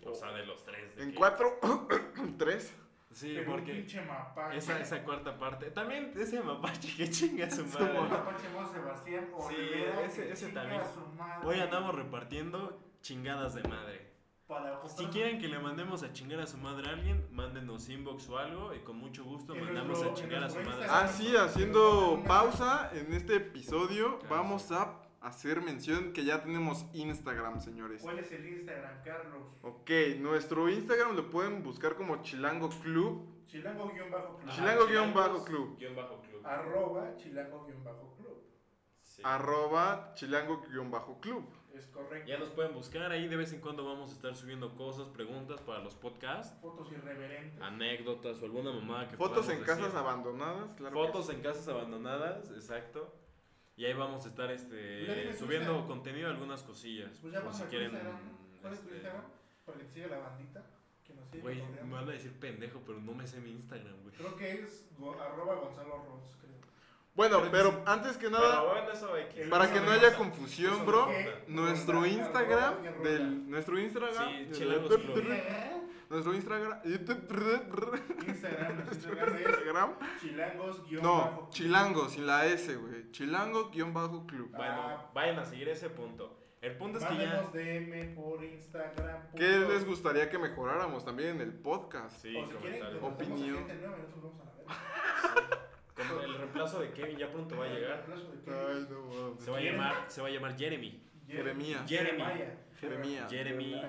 au. O sea, de los tres. de En que- cuatro, tres. Sí, Pero un porque pinche mapache. esa, esa cuarta parte. También ese mapache que chinga su Su Un madre. mapache llamado Sebastián Sí, Olvera, ese- que ese chinga también. a su madre. Hoy andamos repartiendo chingadas de madre. Para Si quieren que le mandemos a chingar a su madre a alguien, mándenos inbox o algo y con mucho gusto En mandamos nuestro- a chingar en a su nuestro madre. Insta- Ah, sí, haciendo pausa en este episodio, Claro. vamos a hacer mención que ya tenemos Instagram, señores. ¿Cuál es el Instagram, Carlos? Ok, nuestro Instagram lo pueden buscar como Chilango Club. Chilango-club. Ajá, Chilango guión chilangos bajo club. guión bajo club. Ah, Arroba chilango-club. Sí. Arroba chilango-club. Es correcto. Ya nos pueden buscar ahí, de vez en cuando vamos a estar subiendo cosas, preguntas para los podcasts, Fotos irreverentes. anécdotas o alguna mamada que Fotos podamos en casas decir. abandonadas, claro. que Fotos en casas abandonadas, exacto. Y ahí vamos a estar Ya este tienes subiendo Instagram. contenido, algunas cosillas, Pues ya por vamos si a tu quieren. Instagram. ¿no? ¿Cuál es tu este, Instagram? Para que te siga la bandita. Que nos siga Güey, cotorreando. me van a decir pendejo, pero no me sé mi Instagram, güey. Creo que es go- arroba Gonzalo Ross, creo. Bueno, pero antes que Pero nada, bueno, eso hay que- para eso que me no haya pasa. confusión, Eso bro, me pasa. nuestro Arroba, Instagram arroba, arroba. del nuestro Instagram Sí, Chilangos Club. nuestro Instagram ¿Eh? Instagram, nuestro Instagram Instagram es chilangos no, chilango sin la S, güey. Chilango-club. Bueno, Ah. vayan a seguir ese punto. El punto es que ya. Mándenos DM por Instagram. ¿Qué les gustaría que mejoráramos también en el podcast? Sí, o si quieren, comentarios. Opinión. opinión. Nosotros vamos a la verga. Con el reemplazo de Kevin ya pronto va a llegar. Abrazo de Ay, Kevin. no mames. Se va a llamar, se va a llamar Jeremy. Jeremías. Jeremiah. Jeremías. Jeremy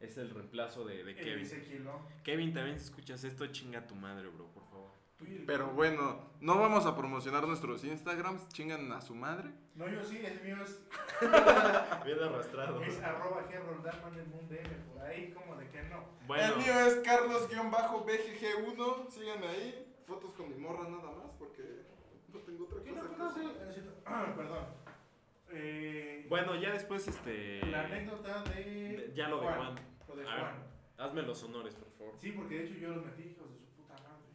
es el reemplazo de, de El Kevin. Ezequielón. Kevin, también si escuchas esto, chinga tu madre, bro, por favor. Tú y el- Pero bueno, no vamos a promocionar nuestros Instagrams, chingan a su madre. No, yo sí, el mío es Bien arrastrado. Es arroba Gerald Darman en un DM por ahí, como de que no. Bueno, es Carlos-BGG1, síganme ahí. Fotos con mi morra nada más porque no tengo otra ¿Qué no conoce? Es cierto. Perdón. Eh, bueno, ya después, este. la anécdota de. de- Ya lo de Juan. Lo de A ver. Juan. Hazme los honores, por favor. Sí, porque de hecho yo los metí, hijos de su puta madre.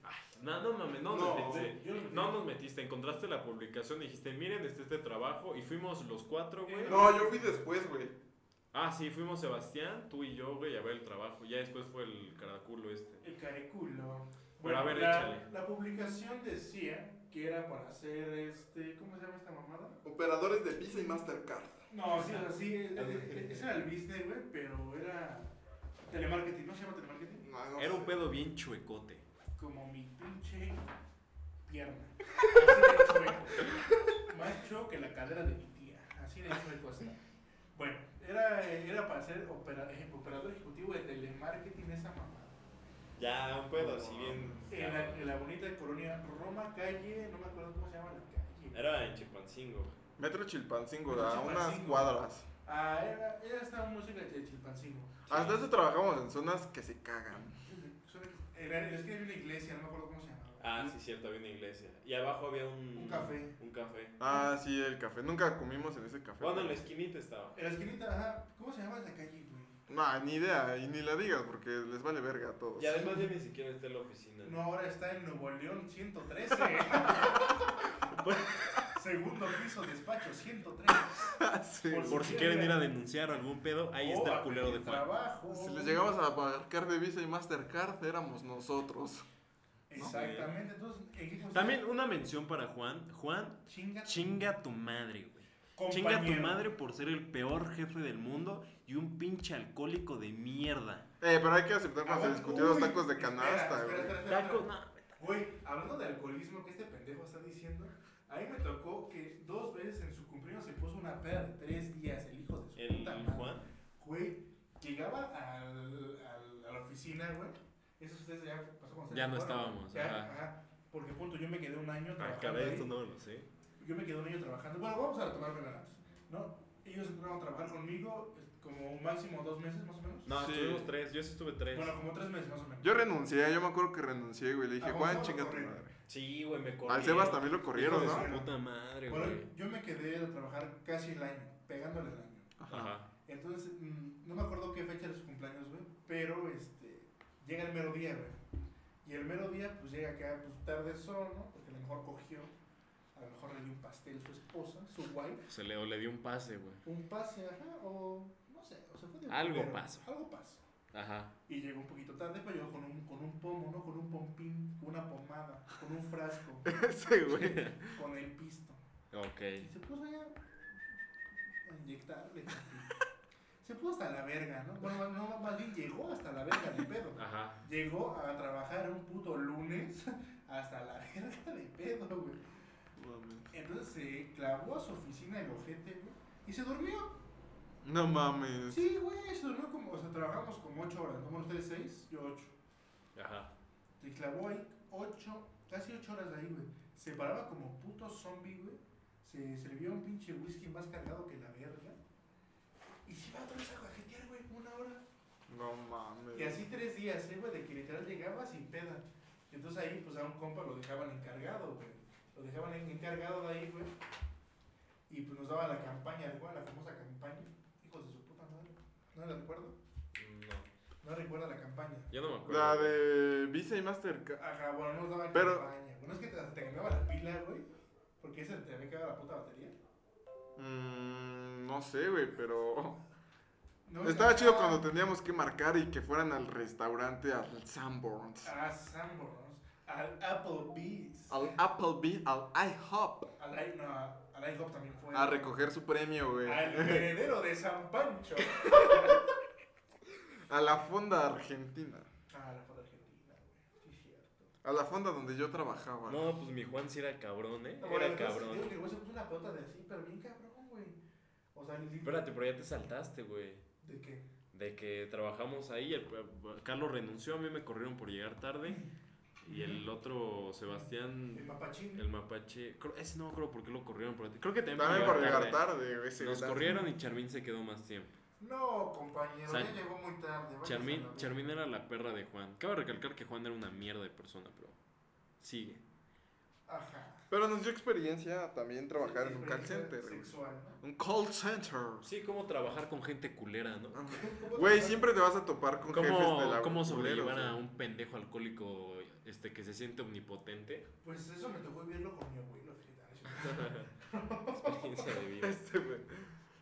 No, no mames, Ah, no, No, nos metiste. yo no metí. No nos metiste, encontraste la publicación y dijiste, miren, este este trabajo. Y fuimos los cuatro, güey. No, yo fui después, güey. Ah, sí, fuimos Sebastián, tú y yo, güey, a ver el trabajo. Ya después fue el caraculo este. El cariculo. Pero a ver, la, échale. La publicación decía que era para hacer este. ¿Cómo se llama esta mamada? Operadores de Visa y Mastercard. No, sí, o sea, sí. e- e- e- Ese era el business, güey, pero era. Telemarketing, ¿no se llama telemarketing? No, no Era un sé. pedo bien chuecote. como mi pinche pierna. Así de chueco. Más chueco que la cadera de mi tía. Así de chueco está. Bueno, era, era para ser opera- eje- operador ejecutivo de telemarketing esa mamada. Ya, un pedo así bien. En la, en la bonita colonia Roma Calle, no me acuerdo cómo se llama la calle. Era en Chipancingo. Metro Chilpancingo, Metro a unas Chilpancingo. cuadras. Ah, era, era esta música de Chilpancingo. Ah, Hasta eso trabajamos en zonas que se cagan. Era- es que había una iglesia, no me acuerdo cómo se llamaba. Ah, sí, cierto, había una iglesia. Y abajo había un... Un café. Un café. Ah, sí, el café. Nunca comimos en ese café. Bueno, en la güey. esquinita estaba. En la esquinita, ajá. ¿Cómo se llama esa calle, güey? Nah, ni idea, y ni la digas porque les vale verga a todos. Y además ya ni siquiera está en la oficina. Pues No, ahora está en Nuevo León 113. Segundo piso, despacho 113. Sí. Por si quieren ir a denunciar algún pedo, ahí Oh, está el a culero de pedir Juan. trabajo. Si les llegamos a abarcar de Visa y Mastercard, éramos nosotros. Exactamente. Entonces, ¿en qué consiste? También una mención para Juan. Juan, Chinga, chinga tu madre, güey. Chinga compañero. tu madre por ser el peor jefe del mundo y un pinche alcohólico de mierda. Eh, pero hay que aceptar cuando se Aguanta- discutió los Uy, tacos de espera, canasta, espera, güey. espera, espera. Tacos, no. Güey, hablando de alcoholismo que este pendejo está diciendo, a mí me tocó que dos veces en su cumpleaños se puso una peda de tres días el hijo de su El puta madre. Juan. Güey, llegaba al, al- a la oficina, güey. Eso ustedes ya pasó cuando se Ya no fueron. estábamos, Ya, ajá. ajá. Porque punto, yo me quedé un año Ah, trabajando. caray, ahí. esto no me lo sé. Yo me quedé un año trabajando. Bueno, vamos a retomar antes, ¿no? Ellos entraron a trabajar conmigo eh, como un máximo dos meses más o menos. No, Sí. estuvimos tres. Yo sí estuve tres. Bueno, como tres meses más o menos. Yo renuncié, yo me acuerdo que renuncié, güey. Le dije, ¿A Juan, Gonzalo chinga lo tu corrieron? madre. sí, güey, me corrieron. Al Sebas también lo corrieron, Hijo de ¿no? su puta madre, Bueno, güey. yo me quedé a trabajar casi el año, pegándole el año. Ajá. Entonces, mm, no me acuerdo qué fecha de su cumpleaños, güey, pero este, llega el mero día, güey. Y el mero día, pues llega acá, pues tarde son, ¿no? Porque a lo mejor cogió, a lo mejor le dio un pastel su esposa, su wife, Se le, o le dio un pase, güey. un pase, ajá, o no sé, o sea, fue de Algo culero, pasó. Algo pasó. Ajá. Y llegó un poquito tarde, pero llegó con un, con un pomo, ¿no? Con un pompín, con una pomada, con un frasco, Ese, güey. con el pisto. Ok. Y se puso allá a inyectarle. Se puso hasta la verga, ¿no? Bueno, no, más bien llegó hasta la verga de pedo. Ajá. Llegó a trabajar un puto lunes hasta la verga de pedo, güey. Entonces se clavó a su oficina el ojete, güey. Y se durmió. No mames. Sí, güey, se durmió como, o sea, trabajamos como 8 horas, ¿no? Bueno, ustedes 6, yo 8. Ajá. Se clavó ahí 8, casi 8 horas ahí, güey. Se paraba como puto zombie, güey. Se servía un pinche whisky más cargado que la verga. Y se iba otra vez a cajetear, güey, una hora. No mames. Y así tres días, ¿eh, güey, de que literal llegaba sin peda. Y entonces ahí, pues a un compa lo dejaban encargado, güey. Lo dejaban en- encargado de ahí, güey. Y pues nos daba la campaña, güey, la famosa campaña. Hijos de su puta madre. No la recuerdo. No. No recuerdo la campaña. Yo no me acuerdo. La de Visa y Mastercard. Ajá, bueno, no nos daban Pero- campaña. Bueno, es que te, te cambiaba la pila, güey. Porque ese te había quedado la puta batería. Mm, no sé, güey, pero. No, Estaba no, chido no. cuando teníamos que marcar y que fueran al restaurante, al Sanborns, A Sanborns, al Applebee's, al Applebee, al IHOP, al, I- no, al IHOP también fue. a recoger su premio, güey. Al heredero de San Pancho. A la fonda argentina. Ah, la foto argentina, güey. Sí, cierto. A la fonda donde yo trabajaba. No, pues mi Juan sí era cabrón, ¿eh? No, bueno, Era entonces, Digo cabrón. que el güey se puso una pelota de así, pero bien cabrón, güey. O sea, ni- Espérate, pero ya te saltaste, güey. ¿De qué? De que trabajamos ahí, el- Carlos renunció, a mí me corrieron por llegar tarde. Y el otro, El Sebastián, mapachín. el mapache, creo- ese no creo por qué lo corrieron. Por, creo que también, También por llegar tarde, güey. ese Nos güey. corrieron y Charmín se quedó más tiempo. No, compañero, Sa- ya llegó muy tarde. váyase a Charmín, la verga. Charmín era la perra de Juan. Cabe recalcar que Juan era una mierda de persona, pero sigue. Ajá. Pero nos dio experiencia también trabajar en un call Experiencia center. güey. Sexual, ¿no? Un call center. Sí, cómo trabajar con gente culera, ¿no? Güey, siempre te vas a topar con jefes de ¿Cómo, la cómo culeros, sobrellevar a güey. un pendejo alcohólico este, que se siente omnipotente? Pues eso me tocó vivirlo con mi abuelo. fíjate, no es cierto. Experiencia de vida. Este, güey.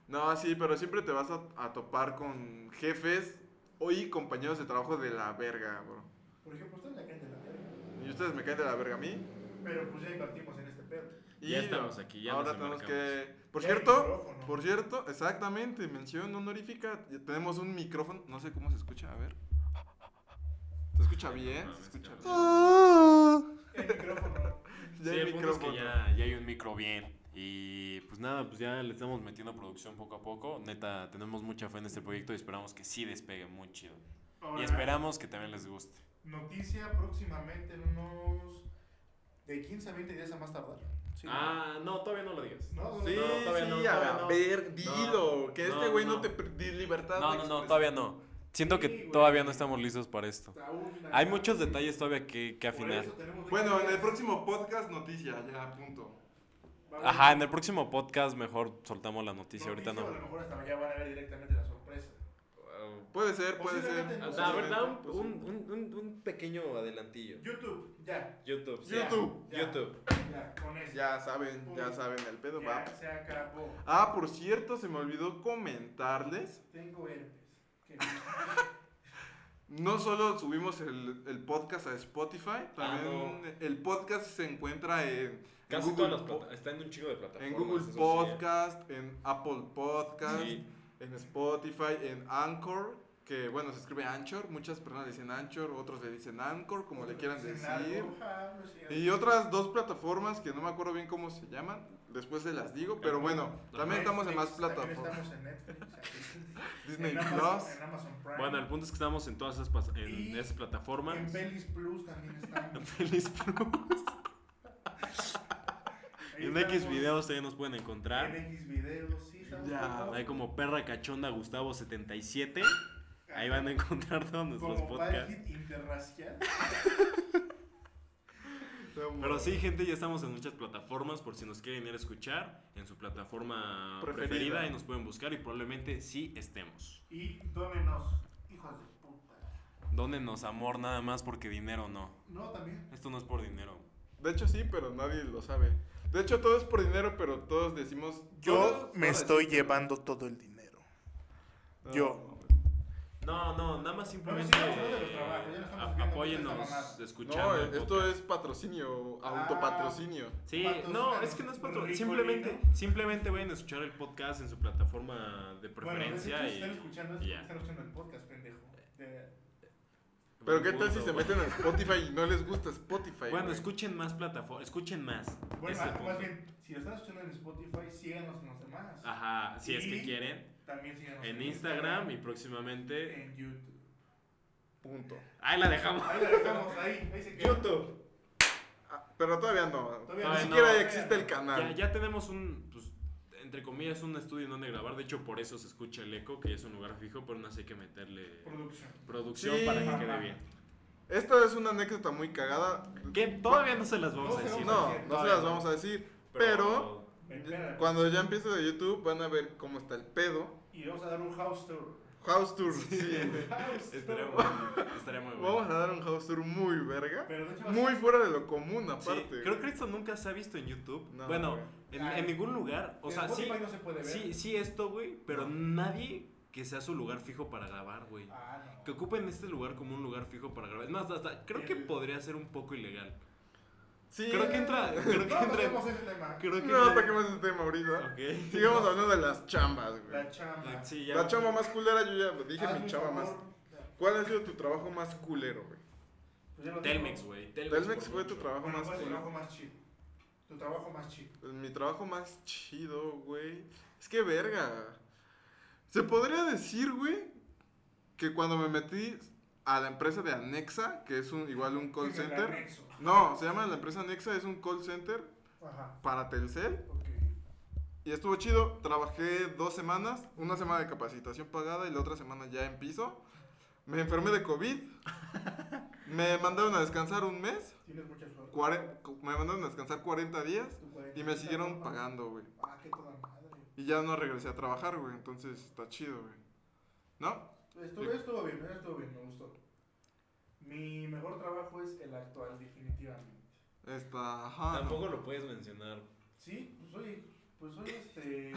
No, sí, pero siempre te vas a, a topar con jefes o y compañeros de trabajo de la verga, bro. Por ejemplo, ustedes la caen de la verga. Y ustedes me caen de la verga a mí. Pero pues ya invertimos en este pedo. Y Ya estamos aquí, ya Ahora nos tenemos embarcamos. que. Por Ya cierto, el micrófono. Por cierto, exactamente, mención honorífica. Ya Tenemos un micrófono, no sé cómo se escucha, a ver. ¿Se escucha bien? mames, ¿Se escucha cabrón. El bien? micrófono. Ya sí, hay el punto es que micrófono. ya, ya hay un micro bien. Y pues nada, pues ya le estamos metiendo producción poco a poco. Neta, tenemos mucha fe en este proyecto y esperamos que sí despegue muy chido. Ahora, Y esperamos que también les guste. Noticia próximamente en unos. de 15 a 20 días a más tardar. Sí. Ah, no, todavía no lo digas. No, no, Sí, no. todavía no, sí, a todavía no. ver, No, dilo. que no, este güey no, no. te perdí No, libertad. de no, no, expresión. todavía no. Siento pues, Sí, que güey. todavía no estamos listos para esto. Aún, Hay ajá, muchos güey. detalles todavía que, que Por afinar. eso tenemos Bueno, en el 20 días. próximo podcast, noticia, ya, punto. Va a haber Ajá, en el próximo podcast mejor soltamos la noticia. Ahorita noticia, o A no. lo mejor hasta allá van a ver directamente la sorpresa. Puede ser, puede ser. Posiblemente no. posiblemente, Ah, A ver, da un, posiblemente. un- un- un pequeño adelantillo. YouTube, ya, YouTube. sí. Ya, YouTube. ya, YouTube. ya, con eso. Ya saben, ya saben el pedo, va. Ya se acabó. Ah, por cierto, se me olvidó comentarles. Tengo herpes. Que- No solo subimos el, el podcast a Spotify, también el podcast se encuentra en, en Casi Google, todas las Po- plata- Está en un chico de plataformas. en Google eso sí, Podcast, en Apple ya. Podcast, Sí. en Spotify, en Anchor, que bueno, se escribe Anchor, muchas personas le dicen Anchor, otros le dicen Anchor, como le quieran Dicen decir. Pues, algo, ajá, no es cierto. Y otras dos plataformas que no me acuerdo bien cómo se llaman, después se las digo, pero bueno, también estamos en más Netflix, plataformas. También estamos en Netflix. Disney en Amazon, en Plus, Amazon Prime. Bueno, el punto es que estamos en todas esas, pas- en Y- esas plataformas. En Pelis Plus también estamos. Feliz Plus. Ahí En estamos. X videos también nos pueden En encontrar. X videos, sí. estamos Ya, por todo. Hay como perra cachonda Gustavo 77. Ahí van a encontrar todos nuestros Como podcasts. Valkit Interracial. Pero sí, gente, ya estamos en muchas plataformas por si nos quieren ir a escuchar en su plataforma Preferida. preferida, y nos pueden buscar y probablemente sí estemos. Y dómenos, hijos de puta. Dónenos amor nada más porque dinero no. No, también. Esto no es por dinero. de hecho sí, pero nadie lo sabe. De hecho todo es por dinero, pero todos decimos... todos- todos decimos- todo el dinero. No, yo. no, güey. No, no, nada más simplemente sí, hablando de los trabajos, ya no estamos a- viendo esta apóyennos mamada. escuchando. No, el esto podcast. es patrocinio, Ah. autopatrocinio. Sí, Patrocínanos, no, es que no es patrocinio. Ricolino. Simplemente, simplemente vayan a escuchar el podcast en su plataforma de preferencia. bueno, de hecho, si y- están escuchando esto, y ya. están escuchando el podcast, pendejo. De- Pero qué tal si Punto, se güey. meten a Spotify y no les gusta Spotify. Bueno, güey? escuchen más plataformas, escuchen más. Bueno, ah, Ese más, punto. más bien, si lo están escuchando en Spotify, síganos en los demás. Ajá, si es Y- que quieren. También síganos En Instagram y próximamente. en YouTube. Punto. Ahí la dejamos. Ahí la dejamos, ahí, ahí se queda. YouTube. Ah, pero todavía no. Todavía no. Ni siquiera no. existe el canal. Ya, ya tenemos un, pues, entre comillas, un estudio en donde grabar. De hecho, por eso se escucha el eco, que es un lugar fijo, pero no sé qué meterle Producción. producción Sí. para que quede bien. Esta es una anécdota muy cagada. Que todavía no se las vamos No a se decir. No, decir, no se todavía las no. vamos a decir. pero. Espera. Cuando ya empiece de YouTube van a ver cómo está el pedo. Y vamos a dar un house tour. House tour. sí. House Estaría tour. muy bueno, estaría muy bueno. Vamos a dar un house tour muy verga. Pero de hecho, Muy fuera de lo común Sí, aparte. creo que esto nunca se ha visto en YouTube. No, bueno, güey. en, Ah, en ningún lugar. O en sea, sí, Spotify no se puede ver. sí, sí esto, güey, pero nadie que sea su lugar fijo para grabar, güey. Ah, no. Que ocupen este lugar como un lugar fijo para grabar. Es más, hasta creo que El- podría ser un poco ilegal. Sí. Creo que entra. Creo que No entra. toquemos ese tema. Creo que No entra- ataquemos ese tema ahorita. Ok. Sigamos hablando de las chambas, güey. La chamba. Sí, ya. La chamba más culera, yo ya dije Hazme mi un chamba más. favor. ¿Cuál ha sido tu trabajo más culero, güey? Pues ya lo Telmex, tengo. güey. Telmex por fue tu mucho. trabajo Bueno, más ¿cuál es tu culero. trabajo más chido? Tu trabajo más chido. Pues, Mi trabajo más chido, güey. Es que verga. Se podría decir, güey, que cuando me metí a la empresa de Anexa, que es un igual un call En el center. anexo. No, se llama la empresa Anexa, es un call center Ajá. para Telcel. Ok. Y estuvo chido. Trabajé dos semanas, una semana de capacitación pagada y la otra semana ya en piso. Me enfermé de COVID. Me mandaron a descansar un mes. Tienes mucha suerte. cuare- me mandaron a descansar 40 días Tu cuarenta y me tal, siguieron ¿no? pagando, güey. Ah, qué toda madre. Y ya no regresé a trabajar, güey. Entonces está chido, güey. ¿No? Estuvo, estuvo bien, eh, estuvo bien, me gustó. Mi mejor trabajo es el actual, definitivamente. Está. Ajá. Tampoco lo puedes mencionar. Sí, pues soy, pues soy este,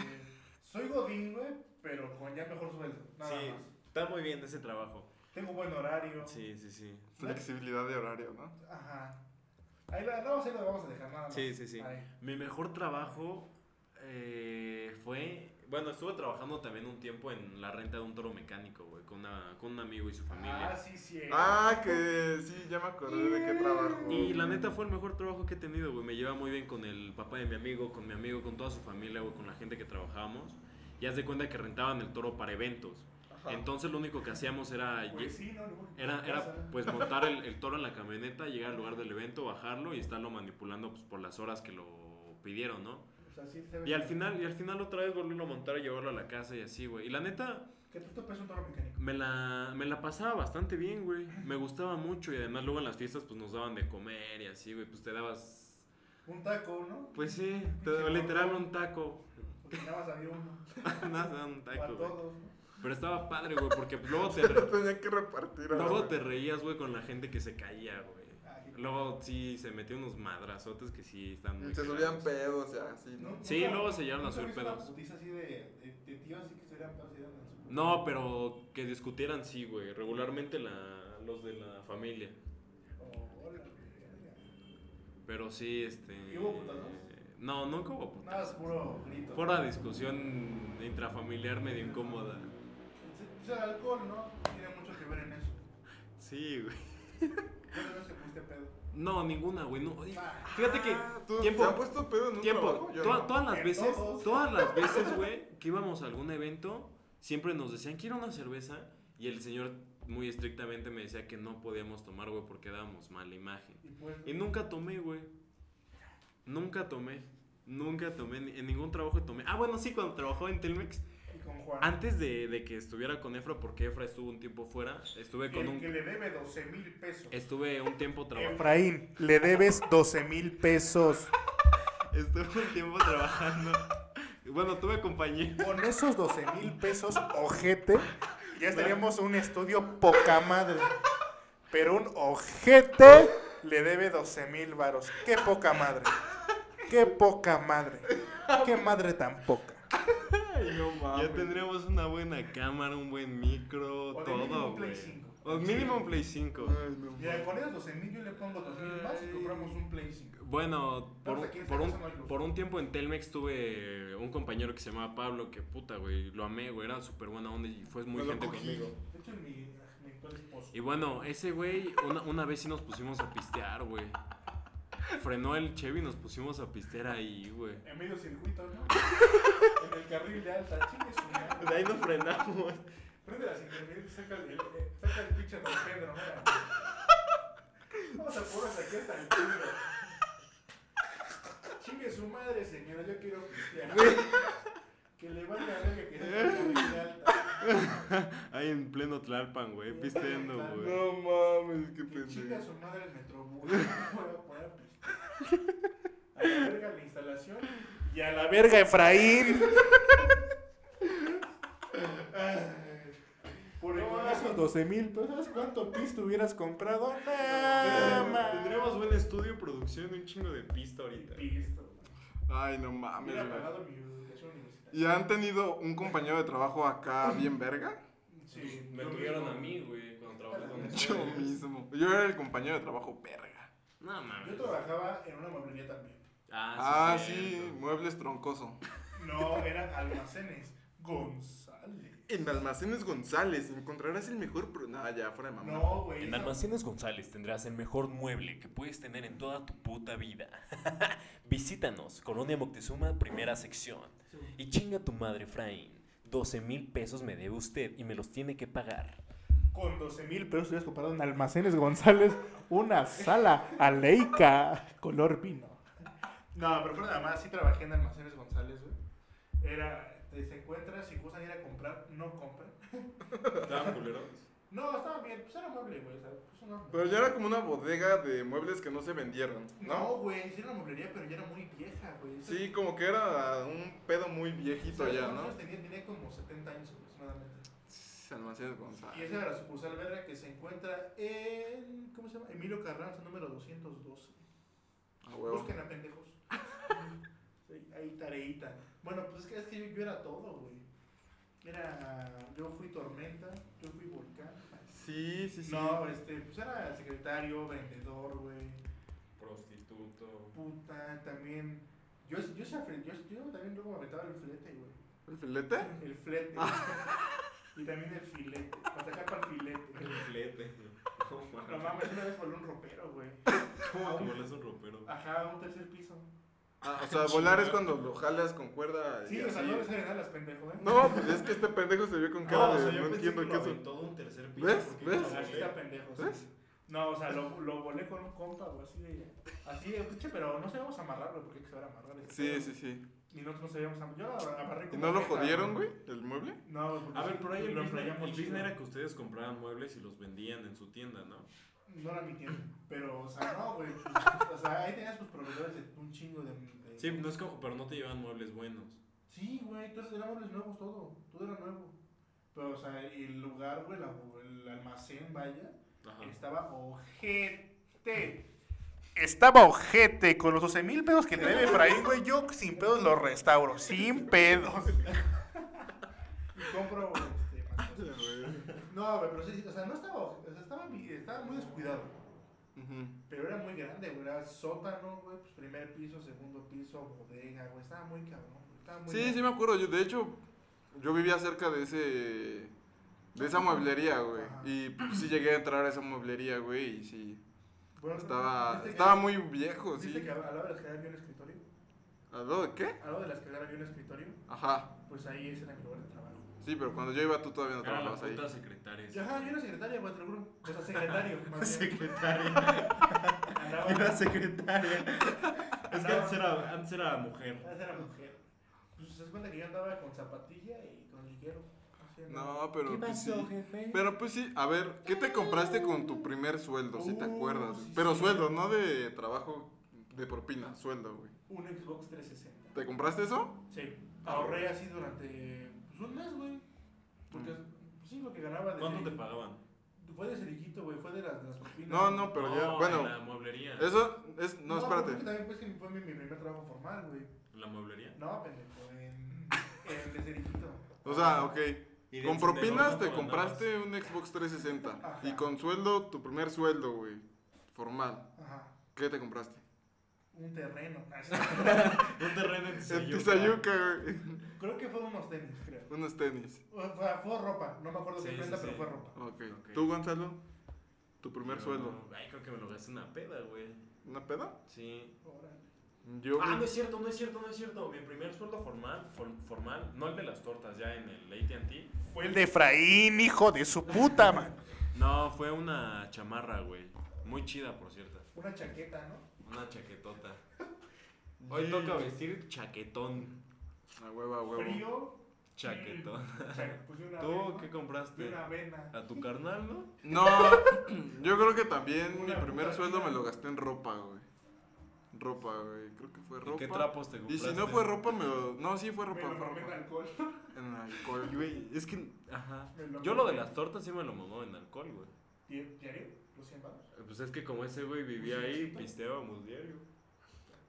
soy godín, güey, pero con ya mejor sueldo, nada Sí. más. Está muy bien ese trabajo. Tengo buen horario. Sí, sí, sí. Flexibilidad de horario, ¿no? Ajá. Ahí la, no, sí la vamos a dejar, nada más. Sí, sí, sí. Ahí. Mi mejor trabajo eh, fue. Bueno, estuve trabajando también un tiempo en la renta de un toro mecánico, güey, con, una- con un amigo y su familia. Ah, sí, sí. Ah, que sí, ya me acordé de qué trabajo. Y la neta fue el mejor trabajo que he tenido, güey. Me lleva muy bien con el papá de mi amigo, con mi amigo, con toda su familia, güey, con la gente que trabajábamos. Y haz de cuenta que rentaban el toro para eventos. Ah. Ajá. Entonces lo único que hacíamos era, Pues sí, no, no. era, era pasa. pues montar el, el toro en la camioneta, llegar al lugar del evento, bajarlo y estarlo manipulando pues, por las horas que lo pidieron, ¿no? O sea, sí, se ve Y al que- final, y al final otra vez volverlo a montar y llevarlo a la casa y así, güey. Y la neta, Que tú topes un toro mecánico. Me la, me la pasaba bastante bien, güey. Me gustaba mucho y además luego en las fiestas pues nos daban de comer y así, güey. Pues te dabas... Un taco, ¿no? Pues sí, te daba literal un taco. Porque nada más había uno. Nada, te daban un Para taco, güey. todos. ¿no? Pero estaba padre, güey, porque pues, luego te, Pero re- tenía que repartir. a luego ver. te reías, güey, con la gente que se caía, güey. Ah, qué- Luego sí se metió unos madrazotes que sí están muy... Se claros. subían pedos, ya, así, ¿no? ¿No? Sí, ¿Nunca- luego se llegaron a nunca subir viste una pedos. putiza así de, de, de tíos así que se eran pedos y eran en su- No, pero que discutieran sí, güey. Regularmente la, los de la familia. Mm. Oh, hola, verga. Pero sí, este... ¿Y hubo putazos? No, nunca hubo putazos. Nada, es puro grito. Fuera discusión intrafamiliar medio incómoda. Se- O sea, el alcohol, ¿no? Tiene mucho que ver en eso. Sí, güey. ¿Cuántas veces te pusiste pedo? No, ninguna, güey. no. Oye, Ah, Fíjate que. Ah, ¿tú- tiempo- ¿Se han puesto pedo en un Tiempo. trabajo? Yo toda- no. todas las En veces, todos. todas las veces, güey, que íbamos a algún evento, siempre nos decían, quiero una cerveza. Y el señor muy estrictamente me decía que no podíamos tomar, güey, porque dábamos mala imagen. Y pues, Y nunca tomé, güey. Nunca tomé. Nunca tomé. ni- En ningún trabajo tomé. Ah, bueno, sí, cuando trabajó en Telmex. y con Juan. Antes de, de que estuviera con Efra, porque Efra estuvo un tiempo fuera, estuve con el un que le debe 12 mil pesos. Estuve un tiempo trabajando. Efraín, le debes 12 mil pesos. Estuve un tiempo trabajando. Bueno, tuve compañía. Con esos 12 mil pesos, ojete, ya estaríamos un estudio poca madre. Pero un ojete le debe 12 mil varos. Qué poca madre. Qué poca madre. Qué madre tan poca. Ay, no Ah, mames. Ya tendríamos una buena cámara, un buen micro, O de mínimo todo, un Play güey. cinco. O mínimo un Play 5. Ay, no mames. Mira, con esos 12 mil yo le pongo 2 mil más y compramos un Play 5. Bueno, por, Vamos un- aquí, por esta casa no hay un, luz. por un tiempo en Telmex tuve un compañero que se llamaba Pablo, que puta, güey, lo amé, güey, era súper buena onda y fue muy Me lo gente cogí. conmigo. De hecho, mi, mi actual esposo. Y bueno, ese güey, una, una vez sí nos pusimos a pistear, güey. Frenó el Chevy y nos pusimos a pistear ahí, güey. En medio circuito, ¿no? en el carril de alta, chingue su madre. De ahí nos frenamos. Prende las intermitentes, saca el, el- eh, saca el pinche Don Pedro, mira. Vamos a ponernos aquí hasta el Pedro. Chingue su madre, señora, yo quiero pistear. que le valga la verga que sea el carril de alta. Ahí en pleno Tlalpan, güey, pisteando, güey. No mames, qué Que chingue a pendejo. su madre el metrobús. No voy a poder pistear. A la verga la instalación y a la verga Efraín. Ay, Por el con esos 12 mil pesos, ¿cuánto pis te hubieras comprado? Nada más. Tendríamos buen estudio, producción y un chingo de pista ahorita. Ay, no mames, Hubiera güey. pagado mi educación universitaria. ¿Y han tenido un compañero de trabajo acá bien verga? Sí, Me yo tuvieron mismo. a mí, güey, cuando trabajé con Yo mismo. Yo era el compañero de trabajo verga. No mames. Yo trabajaba en una mueblería también. Ah, Ah, sí. sí, cierto. muebles troncoso. No, eran almacenes. González. En Almacenes González encontrarás el mejor pro... Nah, ya, fuera de mamá. No, güey. esa- Almacenes González tendrás el mejor mueble que puedes tener en toda tu puta vida. Visítanos, Colonia Moctezuma, primera sección. Y chinga tu madre, Fraín. 12 mil pesos me debe usted y me los tiene que pagar. Con 12 mil pesos hubieras comprado en Almacenes González una sala aleica color vino. No, pero fuera nada más, sí trabajé en Almacenes González, güey. Era, te se encuentras, si gustan ir a comprar, no compran. Estaban culeros. No, estaba bien, pues era mueble, güey. o sea, pues un mueble. Pero ya era como una bodega de muebles que no se vendieron, No, ¿no? güey, sí era una mueblería, pero ya era muy vieja, güey. Esa- Sí, como que era un pedo muy viejito ¿sabes ya, cuántos ¿no? años Tenía, tenía como 70 años aproximadamente. Almacenes Y González. esa era la sucursal verga que se encuentra en, ¿cómo se llama? Emilio Carranza, número 212. A huevo. Busquen a pendejos. Sí, Ahí tareita. Bueno, pues es que, es que yo, yo era todo, güey. Era, yo fui tormenta, yo fui volcán. Sí, sí, sí. No, este, pues era secretario, vendedor, güey, Prostituto. puta, también. Yo, yo, se afre- yo, yo también luego me aventaba el flete, güey. ¿El filete? El flete. y también el filete. Para sacar para el filete. Flete. No No mames. mames, una vez voló un ropero, güey. ¿Cómo que volé un ropero? Ajá, un tercer piso. Ah, o sea, volar es cuando lo jalas con cuerda y Sí, o sea, así. no les hagan a las pendejos, ¿eh? No, pues es que este pendejo se vio con cara de no entiendo qué es. eso". todo un tercer piso, ¿Ves? porque ¿Ves? O sea, sí está pendejo. sí. ¿Ves? No, o sea, lo, lo volé con un compa, güey, así de. Así de pinche, pero no sabemos amarrarlo porque hay que saber amarrar. ese Sí, pedo. sí, sí. Y nosotros sabíamos. a- Yo la agarré ¿Y como no lo meta, jodieron, güey? ¿El mueble? No, güey, porque A ver, sí, por ahí el lo business, empleamos el chido. business era que ustedes compraban muebles y los vendían en su tienda, ¿no? No era mi tienda. Pero, o sea, no, güey. pues, o sea, ahí tenías tus proveedores de un chingo de. de- Sí, no es como, pero no te llevaban muebles buenos. Sí, güey, entonces éramos los nuevos todo, todo era nuevo. Pero, o sea, el lugar, güey, la- el almacén, vaya, Ajá. estaba ojete. Estaba ojete con los 12 mil pedos que le debe Efraín, güey. Yo sin pedos lo restauro, sin pedos. Y compro, este, más cosas. No, güey, pero sí, sí, o sea, no estaba ojete, o sea, estaba, bi- estaba muy descuidado. Ujú. Pero era muy grande, güey, era sótano, güey, pues primer piso, segundo piso, bodega, güey, estaba muy cabrón, güey, estaba muy Sí, grande. sí me acuerdo. Yo, de hecho, yo vivía cerca de ese... De esa mueblería, güey. Ajá. Y pues, sí llegué a entrar a esa mueblería, güey. Y sí. Bueno, Estaba, ¿viste que- estaba muy viejo, ¿Viste sí. que al al lado de la escalera había un escritorio? ¿Al lado de qué? Al lado de la escalera había un escritorio, Ajá. pues ahí ese era mi lugar de trabajo. Sí, pero cuando yo iba tú todavía no Era la trabajabas ahí. puta secretaria. esa. Ajá, yo era secretaria, güey, del grupo. O sea, secretario, más bien. Secretaria. Andaba, Era secretaria. Es que Andaba- antes era, antes era mujer. Esa era mujer. Pues se das cuenta que yo andaba con zapatilla y con ligero. Así andaba. No, pero pues sí. Pero pues sí, a ver, ¿qué te compraste con tu primer sueldo, si te Uh, acuerdas? sí, Pero sí. sueldo, no de trabajo de propina, sueldo, güey. Un Xbox 360. ¿Te compraste eso? Sí. Ahorré así durante pues, un mes, güey. Porque pues, sí, lo que ganaba de Mm. ¿Cuánto te pagaban? Fue de seriquito, güey, fue de las, de las propinas. No, no, pero ya, No, bueno. Oh, En la mueblería. Eso es, no, porque espérate. También pues, que fue mi, mi primer trabajo formal, güey. En la mueblería. No, pendejo, en, en de cerillito. O sea, ok. Y de- Con de propinas horno te lo mandabas. compraste un Xbox 360. Y Ajá. con sueldo, tu primer sueldo, güey. Formal. Ajá. ¿Qué te compraste? Un terreno. Un terreno en En Tizayuca. Tizayuca, güey. creo que fue unos tenis, creo. Unos tenis. O Fue, fue ropa, no me acuerdo Sí, qué sí, prenda, sí. pero fue ropa. Ok. Ok. ¿Tú, Gonzalo? Tu primer Yo- sueldo. Ay, creo que me lo gasté en una peda, güey. ¿Una peda? Sí. Órale. Yo. Ah, no es cierto, no es cierto, no es cierto. Mi primer sueldo formal, for- formal, no el de las tortas, ya en el AT&T. Fue el de Efraín, hijo de su puta, man. No, fue una chamarra, güey. Muy chida, por cierto. Una chaqueta, ¿no? Una chaquetota. Hoy toca vestir chaquetón. A huevo, a huevo. Frío. Chaquetón. cha- Pues una ¿Tú avena, qué de compraste? una avena. A tu carnal, ¿no? No, yo creo que también mi Una primer puta sueldo vida. me lo gasté en ropa, güey. Ropa, güey. Creo que fue ¿Y ropa. qué trapos te Y compraste? si no fue ropa, me lo... No, sí fue Me ropa. lo fue mamé en ropa. alcohol. En alcohol. Güey, es que... Ajá. Me lo Yo lo de mamé. las tortas sí me lo mamó en alcohol, güey. Di- ¿Diario? ¿Los 100 baros? Pues es que como ese güey vivía ahí, pisteábamos diario.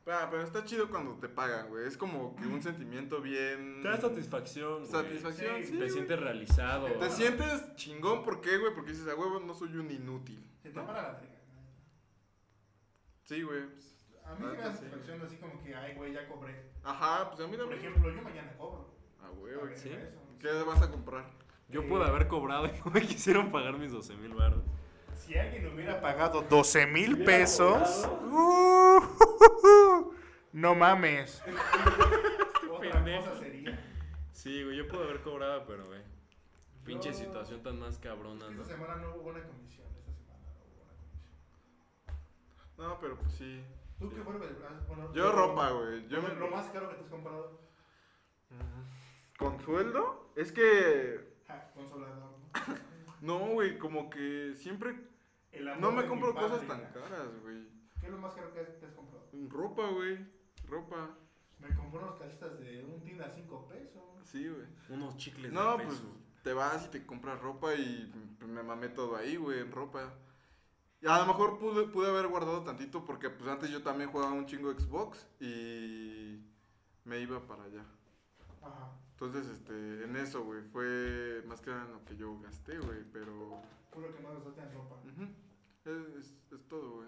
Ah, pero está chido cuando te pagan, güey. Es como que un sentimiento bien... Te da satisfacción, güey. Satisfacción, Sí, sí, Te güey. sientes realizado. Te sientes chingón, ¿por qué, güey? Porque dices, a huevo, no soy un inútil. Se te para la verga. Sí, güey. pues, A mí sí me Ah, da sí. satisfacción así como que, ay, güey, ya cobré. Ajá, pues a mí Por también. ejemplo, yo mañana cobro. A huevo. sí. ¿Qué vas a comprar? Yo pude haber cobrado y no me quisieron pagar mis 12 mil baros. Si alguien hubiera pagado 12 mil pesos. no mames. Este Otra pendejo. cosa sería. Sí, güey, yo pude haber cobrado, pero, güey. Pinche Yo- situación tan más es cabrona, que ¿no? Esta semana no hubo buena comisión. Esta semana no hubo buena comisión. No, pero pues sí. ¿Tú qué fue lo que te has- bueno, Yo ropa, güey. Yo Yo me... lo más caro que te has comprado. ¿Con sueldo? Es que... Ja, consolador. ¿no? No, güey, como que siempre... El amor No me de compro mi cosas padre. tan caras, güey. ¿Qué es lo más caro que te has comprado? Ropa, güey. Ropa. Me compré unos calcetas de un tienda a 5 pesos. Sí, güey. Unos chicles No, de pues peso. te vas y te compras ropa y me mamé todo ahí, güey, en ropa. Y a lo mejor pude, pude haber guardado tantito porque pues antes yo también jugaba un chingo Xbox y me iba para allá. Ajá. Entonces, este, en eso, güey, fue más que nada en lo que yo gasté, güey, pero... Fue lo que más gastaste en ropa. ujú, es, es- es todo, güey.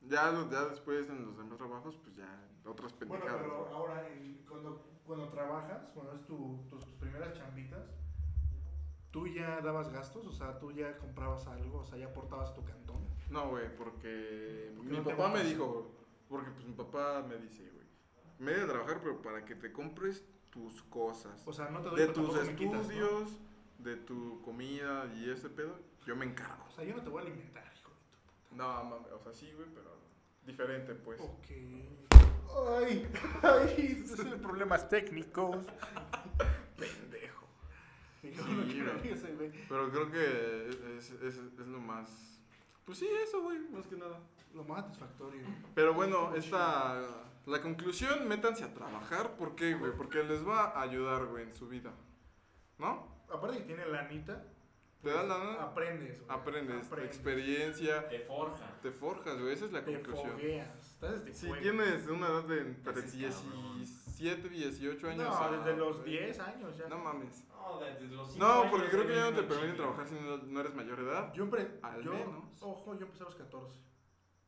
Ya, lo- ya después en los demás trabajos, pues ya otras Bueno, pendejadas. pero güey. ahora en- cuando, cuando trabajas, cuando es tu, tus, tus primeras chambitas, ¿tú ya dabas gastos? O sea, ¿tú ya comprabas algo? O sea, ¿ya aportabas a tu cantón? No, güey, porque Porque mi no te papá me compras. dijo, porque pues mi papá me dice, güey, me he de trabajar, pero para que te compres tus cosas, O sea, no te doy de pero tus tampoco me quitas, estudios, ¿no? de tu comida y ese pedo, yo me encargo. O sea, yo no te voy a alimentar, hijo de tu puta. No, mames, o sea, sí, güey, pero diferente, pues. Ok. Ay, ay, estos son problemas técnicos. Pendejo. Sí, bueno, que no digas, güey. Pero creo que es, es, es lo más... Pues sí, eso, güey, más que nada. Lo más satisfactorio. Pero bueno, esta... La conclusión, métanse a trabajar. ¿Por qué, güey? Porque les va a ayudar, güey, en su vida. ¿No? Aparte que tiene lanita, Te da la... aprendes. güey. Aprendes, te experiencia, Te forja. te forjas, güey. Esa es la Te conclusión. fogueas. Estás desde Si fuego. tienes una edad de entre Ese es cabrón. 17 y 18 años. No, ah, desde los güey. 10 años ya. No mames. No, desde los cinco No, años porque creo que ya no te ven permiten chicle. trabajar si no, no eres mayor de edad. Yo, empre- Al yo- menos. ojo, yo empecé a los 14.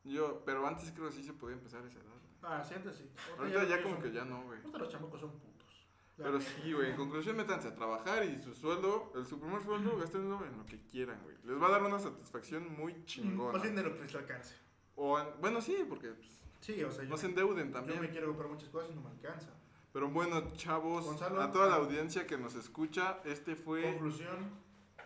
Yo, pero antes creo que sí se podía empezar a esa edad. güey. Ah, sí, antes sí. Ahorita ya los como son- que ya no, güey. Ahorita los chamacos son putos. La Pero neta. sí, güey. En conclusión, métanse a trabajar y su sueldo, el su primer sueldo, gástenlo en lo que quieran, güey. Les va a dar una satisfacción muy chingona. Más bien de lo que les alcance. O en- bueno, sí, porque pues, Sí, o sea, yo, no se me, yo endeuden me también. quiero comprar muchas cosas y no me alcanza. Pero bueno, chavos, Gonzalo. ah. a toda la audiencia que nos escucha, este fue. Conclusión.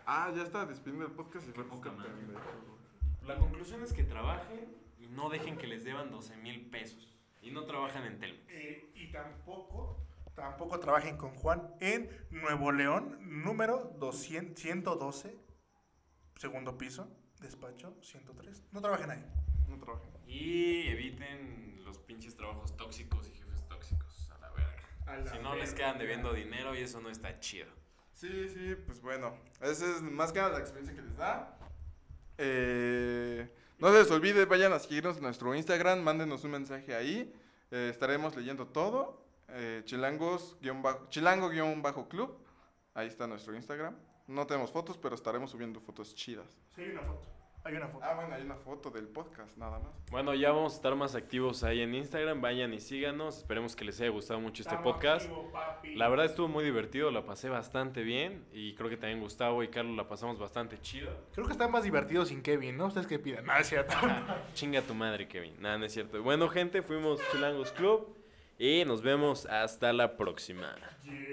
Ah, ya está despidiendo el podcast y fue poca poca madre. pendejo, güey. La conclusión es que trabajen y no dejen que les deban 12 mil pesos. Y no trabajan en Telmex. eh, y tampoco, tampoco trabajen con Juan en Nuevo León, número 200, 112, segundo piso, despacho 103. No trabajen ahí. No trabajen. Y eviten los pinches trabajos tóxicos y jefes tóxicos. A la verga. Si no, les quedan debiendo dinero y eso no está chido. Sí, sí, pues bueno. Esa es más que nada la experiencia que les da. Eh, no se les olvide, vayan a seguirnos en nuestro Instagram, mándenos un mensaje ahí. eh, estaremos leyendo todo. Eh, chilangos Chilango-club. Ahí está nuestro Instagram. No tenemos fotos, pero estaremos subiendo fotos chidas. Sí, hay una foto. Hay una foto. Ah, bueno, hay una foto del podcast, nada más. Bueno, ya vamos a estar más activos ahí en Instagram. Vayan y síganos. Esperemos que les haya gustado mucho este Estamos podcast. activo, papi. La verdad estuvo muy divertido, la pasé bastante bien. Y creo que también Gustavo y Carlos la pasamos bastante chido. Creo que está más divertido sin Kevin, ¿no? Ustedes que pidan. No, es cierto. Chinga tu madre, Kevin. Nada, no es cierto. Bueno, gente, fuimos Chilangos Club. Y nos vemos hasta la próxima. Yeah.